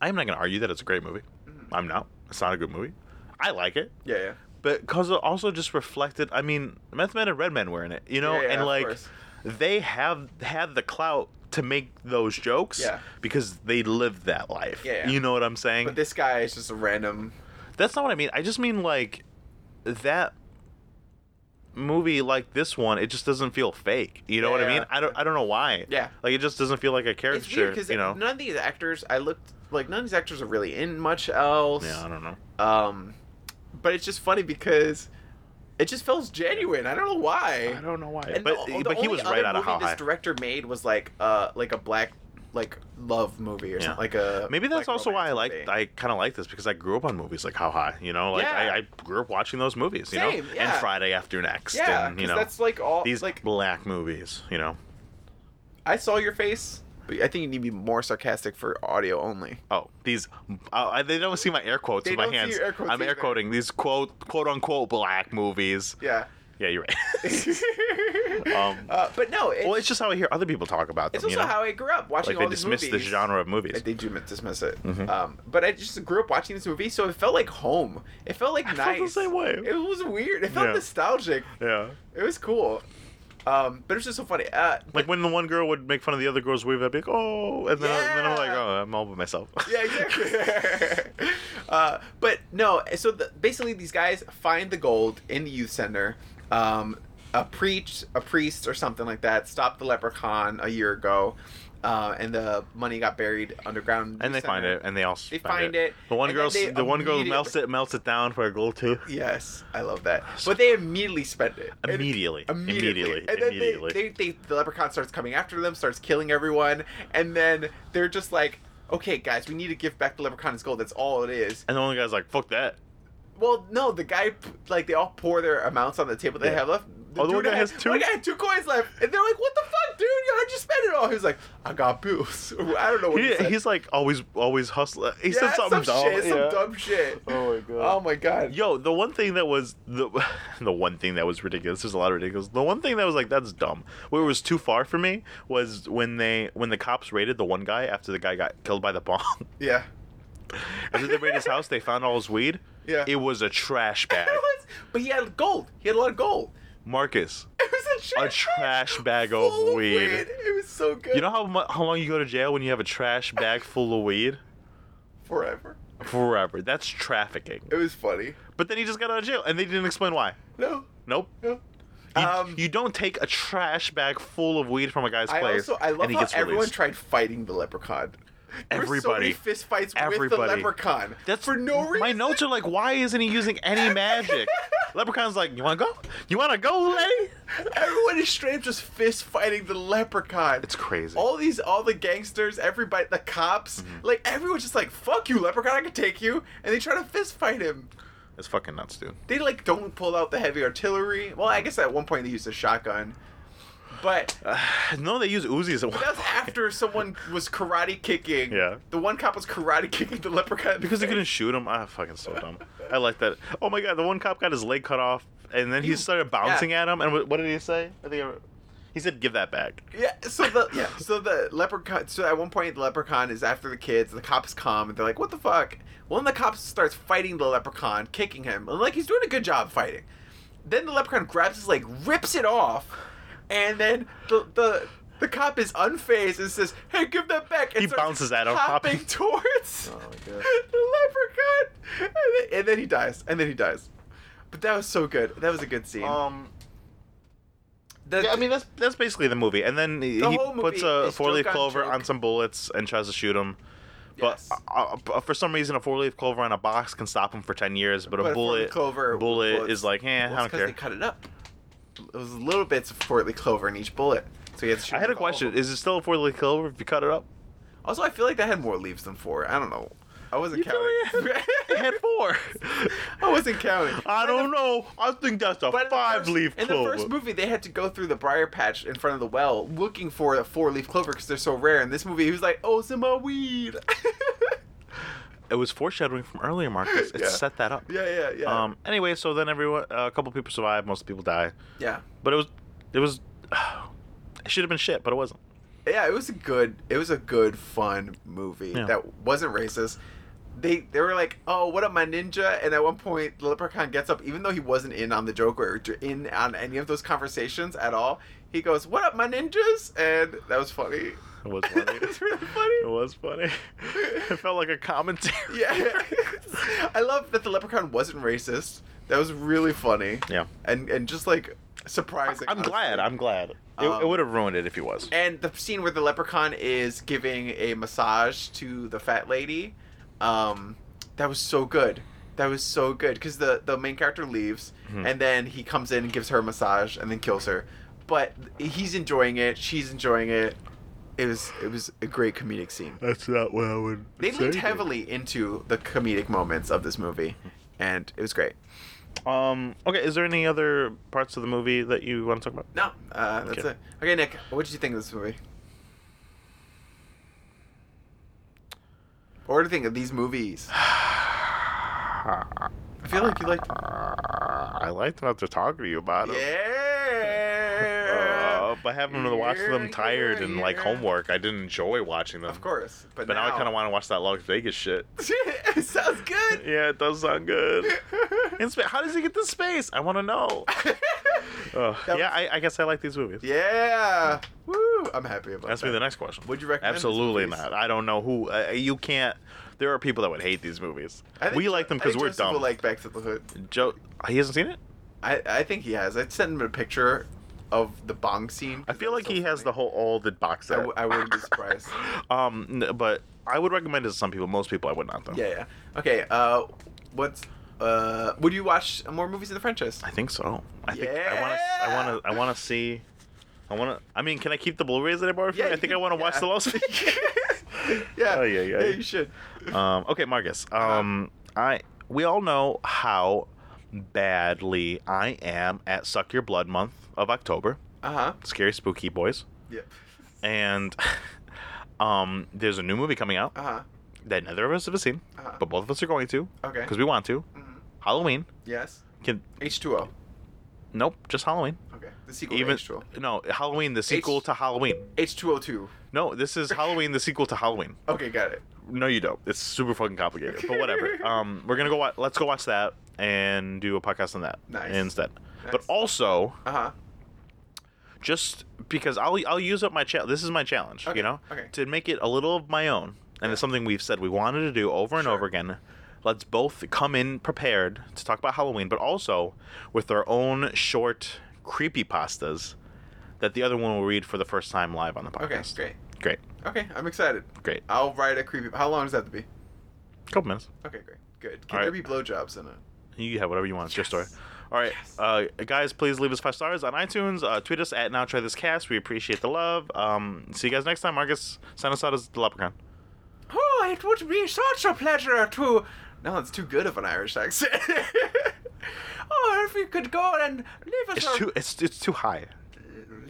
I'm not gonna argue that it's a great movie.
Mm-hmm.
I'm not. It's not a good movie. I like it.
Yeah, yeah.
but because it also just reflected i mean meth men and red men were in it you know
Yeah, yeah,
and
of
like
course.
they have had the clout to make those jokes
Yeah.
because they lived that life
Yeah, yeah.
you know what i'm saying
But this guy is just a random.
that's not what i mean i just mean like that movie like this one it just doesn't feel fake you know what i
Yeah.
mean i don't i don't know why
Yeah.
like it just doesn't feel like a
It's weird
caricature
because
you know
none of these actors I looked like none of these actors are really in much else.
yeah i don't know
Um, but it's just funny because It just feels genuine. I don't know why.
I don't know why,
And
but
the- the
but he
only
was
other
right out of
movie
How
this
High.
director made was like uh like a black like love movie or
Yeah.
something like a
Maybe that's
black
also why I
romance
like
movie.
I kind of like this because I grew up on movies like How High, you know, like
Yeah.
I, I grew up watching those movies, you
Same,
know, and
yeah.
Friday After Next,
yeah,
and you
'cause
know
that's like all
these
like
black movies, you know.
I saw your face, but I think you need to be more sarcastic for audio only.
Oh, these uh, they don't see my air quotes
They
with my
don't see
hands.
your air quotes
I'm air
either.
quoting these quote quote unquote black movies.
Yeah.
Yeah, you're right. um,
Uh, but no, it's,
well, it's just how I hear other people talk about them.
it's also
you know?
how I grew up watching
like
all
they
these
dismiss the
movies.
genre of movies.
I did you dismiss it.
Mhm.
Um, but I just grew up watching this movie, so it felt like home. It felt like
I
nice.
felt the same way.
It was weird. It felt
Yeah.
nostalgic.
yeah.
It was cool. Um, but it was just so funny. Uh,
Like when the one girl would make fun of the other girl's weave, I'd be like, oh, and then, I, then I'm like,
Yeah.
oh, I'm all by myself.
yeah, exactly. uh, but no, so the, basically, these guys find the gold in the youth center. Um, a preach, a priest, or something like that, stopped the leprechaun a year ago, uh, and the money got buried underground. in
and
the
they
youth
find
center.
it, and they also
They find it,
The one
and then
girl,
they
the one girl
immediate-
melts it, melts it down for a gold too.
Yes, I love that. But they immediately spend it. And-
Immediately,
Immediately.
immediately,
And then
immediately.
They, they, they, the leprechaun starts coming after them, starts killing everyone, and then they're just like, okay, guys, we need to give back the leprechaun his gold. That's all it is.
and the one guy's like, fuck that.
Well, no, the guy, p- like, they all pour their amounts on the table they
Yeah.
have left.
Oh, the one
dude
guy
had-
has two?
One guy had two coins left, and they're like, "What the fuck, dude? I just spent it all." He was like, "I got booze." I don't know what he,
He,
said.
he's like always, always hustling. He
Yeah,
said something
some
dumb.
Shit,
yeah.
Some dumb shit.
Oh my god.
Oh my god.
Yo, the one thing that was the the one thing that was ridiculous. There's a lot of ridiculous. The one thing that was like that's dumb. Where it was too far for me was when they when the cops raided the one guy after the guy got killed by the bomb.
Yeah.
after they raided his house, they found all his weed.
Yeah.
It was a trash bag.
but he had gold. He had a lot of gold.
Marcus,
It was a
a
trash,
trash bag
full
of weed.
It was so good.
You know how mu- how long you go to jail when you have a trash bag full of weed?
forever.
Forever. That's trafficking.
It was funny.
But then he just got out of jail, and they didn't explain why.
No,
Nope.
no.
You,
Um,
you don't take a trash bag full of weed from a guy's
I
place.
also I love
and he
how
gets
everyone
released.
tried fighting the leprechaun. There were so many
Everybody.
fist fights with the
Everybody.
leprechaun.
That's
for no reason.
My notes are like, why isn't he using any magic? Leprechaun's like, you wanna go? You wanna go, lady?
Everyone is straight up just fist fighting the leprechaun.
It's crazy.
all these, all the gangsters, everybody, the cops,
Mm-hmm.
like everyone's just like, "Fuck you, leprechaun! I can take you!" And they try to fist fight him.
it's fucking nuts, dude.
they like don't pull out the heavy artillery. Well, I guess at one point they used a shotgun, but
no, they use Uzis at one
that was after someone was karate kicking.
Yeah.
the one cop was karate kicking the leprechaun in the
because they
face.
couldn't shoot him. Ah, fucking so dumb. I like that. Oh my god, the one cop got his leg cut off, and then he started bouncing at him. And wh- what did he say? I think I, he said, "Give that back."
Yeah, so the yeah, so the leprechaun. So at one point, the leprechaun is after the kids. And the cops come and they're like, "What the fuck?" One of the cops starts fighting the leprechaun, kicking him, and like he's doing a good job fighting. Then the leprechaun grabs his leg, rips it off, and then the the. The cop is unfazed and says, "Hey, give that back!" And
He
starts
bounces at him,
hopping
hopping.
towards the
Oh, God.
leprechaun, and then, and then he dies. And then he dies. But that was so good. That was a good scene.
Um.
The-
Yeah, I mean that's that's basically the movie, and then he
The
he
whole
puts
movie
a
is
four leaf
joke on
clover
joke.
on some bullets and tries to shoot him. But
Yes.
uh, uh, for some reason, a four leaf clover on a box can stop him for ten years, but,
But
a
a four-leaf
bullet
clover with
bullet
bullets-
is like, eh,
Well,
I
it's
don't
'cause
care.
They cut it up. It was little bits of Fortly Clover in each bullet, so he had to shoot
I had a
with all of
question:
them.
Is it still a four leaf clover if you cut it up?
Also, I feel like that had more leaves than four. I don't know. I wasn't
You feel
counting.
It had four.
I wasn't counting.
I don't know. I think that's a
But in the
five
first-
leaf
In
clover.
the first movie, they had to go through the briar patch in front of the well looking for a four-leaf clover because they're so rare. In this movie, he was like, "Oh, some more weed."
It was foreshadowing from earlier, Marcus. It
Yeah.
set that up.
yeah, yeah, yeah.
Um. Anyway, so then everyone, uh, a couple people survive, most people die,
yeah.
but it was, it was, it should have been shit, but it wasn't.
yeah it was a good it was a good fun movie
Yeah.
that wasn't racist they they were like oh what up my ninja and at one point the leprechaun gets up even though he wasn't in on the joke or in on any of those conversations at all he goes what up my ninjas and that was funny
It was funny.
it was really
it
funny
was funny. It felt like a commentary.
yeah i love that the leprechaun wasn't racist that was really funny
Yeah.
and and just like surprising
I'm
honestly.
glad. I'm glad. It,
Um,
it would have ruined it if he was.
And the scene where the leprechaun is giving a massage to the fat lady, um, that was so good. That was so good because the the main character leaves and then he comes in and gives her a massage and then kills her, but he's enjoying it. She's enjoying it. It was it was a great comedic scene.
That's not what I would.
They
say,
leaned
but-
heavily into the comedic moments of this movie, and it was great.
Um. Okay. Is there any other parts of the movie that you want to talk about?
No, uh, that's
Okay.
it. Okay, Nick, what did you think of this movie? Or what do you think of these movies? I feel like you like.
I liked not to talk to you about it.
Yeah.
Uh, but having to watch them
Yeah,
tired and like
yeah.
homework, I didn't enjoy watching them.
Of course, but,
But now, I kind of want to watch that Las Vegas shit.
it sounds good.
Yeah, it does sound good. In spa- how does he get to space? I want to know. Ugh.
That
yeah, I, I guess I like these movies.
yeah. Woo! I'm happy about
Ask
that.
me the next question.
Would you recommend these
Absolutely
movies?
not. I don't know who. Uh, you can't. There are people that would hate these movies.
I think
We
Jo-
like them
I
because
think
we're
Joseph will
dumb.
Like Back to the Hood.
Joe, he hasn't seen it.
I, I think he has. I'd send him a picture of the bong scene.
I feel like he has the
whole.
whole all the box
I,
set.
w- I wouldn't be surprised.
um, n- but I would recommend it to some people. Most people, I would not though.
yeah, yeah. Okay. Uh, what's uh? Would you watch more movies in the franchise?
I think so. I think I want to. I want to. I want to see. I want to. I mean, can I keep the Blu-rays that I borrowed from
Yeah,
you? I
you
think
can-
I want to watch
yeah.
the Lost.
yeah.
Oh, yeah, yeah.
You should.
um, okay, Marcus. Um, I we all know how badly I am at Suck Your Blood Month of October.
Uh huh.
Scary, spooky boys,
Yep.
and um, there's a new movie coming out
Uh huh.
that neither of us have seen,
Uh-huh.
but both of us are going to
Okay.
because we want to.
Mhm.
Halloween.
Yes.
Can
H two O.
nope, just Halloween.
Okay. The sequel.
Even
H two O.
no Halloween, the sequel to Halloween.
H two O two.
No, this is Halloween, the sequel to Halloween.
Okay, got it.
No, you don't. It's super fucking complicated, but whatever. Um, we're gonna go. Watch, let's go watch that and do a podcast on that
Nice.
instead. But
Nice.
also,
Uh huh.
just because I'll I'll use up my challenge. This is my challenge,
Okay,
you know,
okay.
to make it a little of my own. And it's something we've said we wanted to do over and
Sure.
over again. Let's both come in prepared to talk about Halloween, but also with our own short creepy pastas that the other one will read for the first time live on the
Okay,
podcast.
great.
great,
Okay, I'm excited.
great.
I'll write a creepy. How long does that have to be?
Couple minutes.
Okay, great. Good. Can
All
there
right.
be blowjobs in it?
You can have whatever you want. It's your story.
Yes.
All right,
Yes.
uh, guys, please leave us five stars on iTunes. Uh, tweet us at Now Try This Cast. We appreciate the love. Um, see you guys next time. Marcus, sign us out as the Leprechaun.
Oh, it would be such a pleasure to. No, that's too good of an Irish accent. oh, if you could go and leave us
It's
a
too it's it's too high.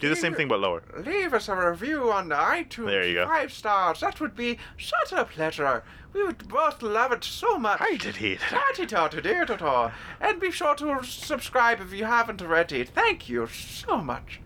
Do the same thing but lower.
leave us a review on iTunes.
There you go.
Five stars. That would be such a pleasure. We would both love it so much.
I did it.
Da-di-da-di-da-da-da. And be sure to subscribe if you haven't already. Thank you so much.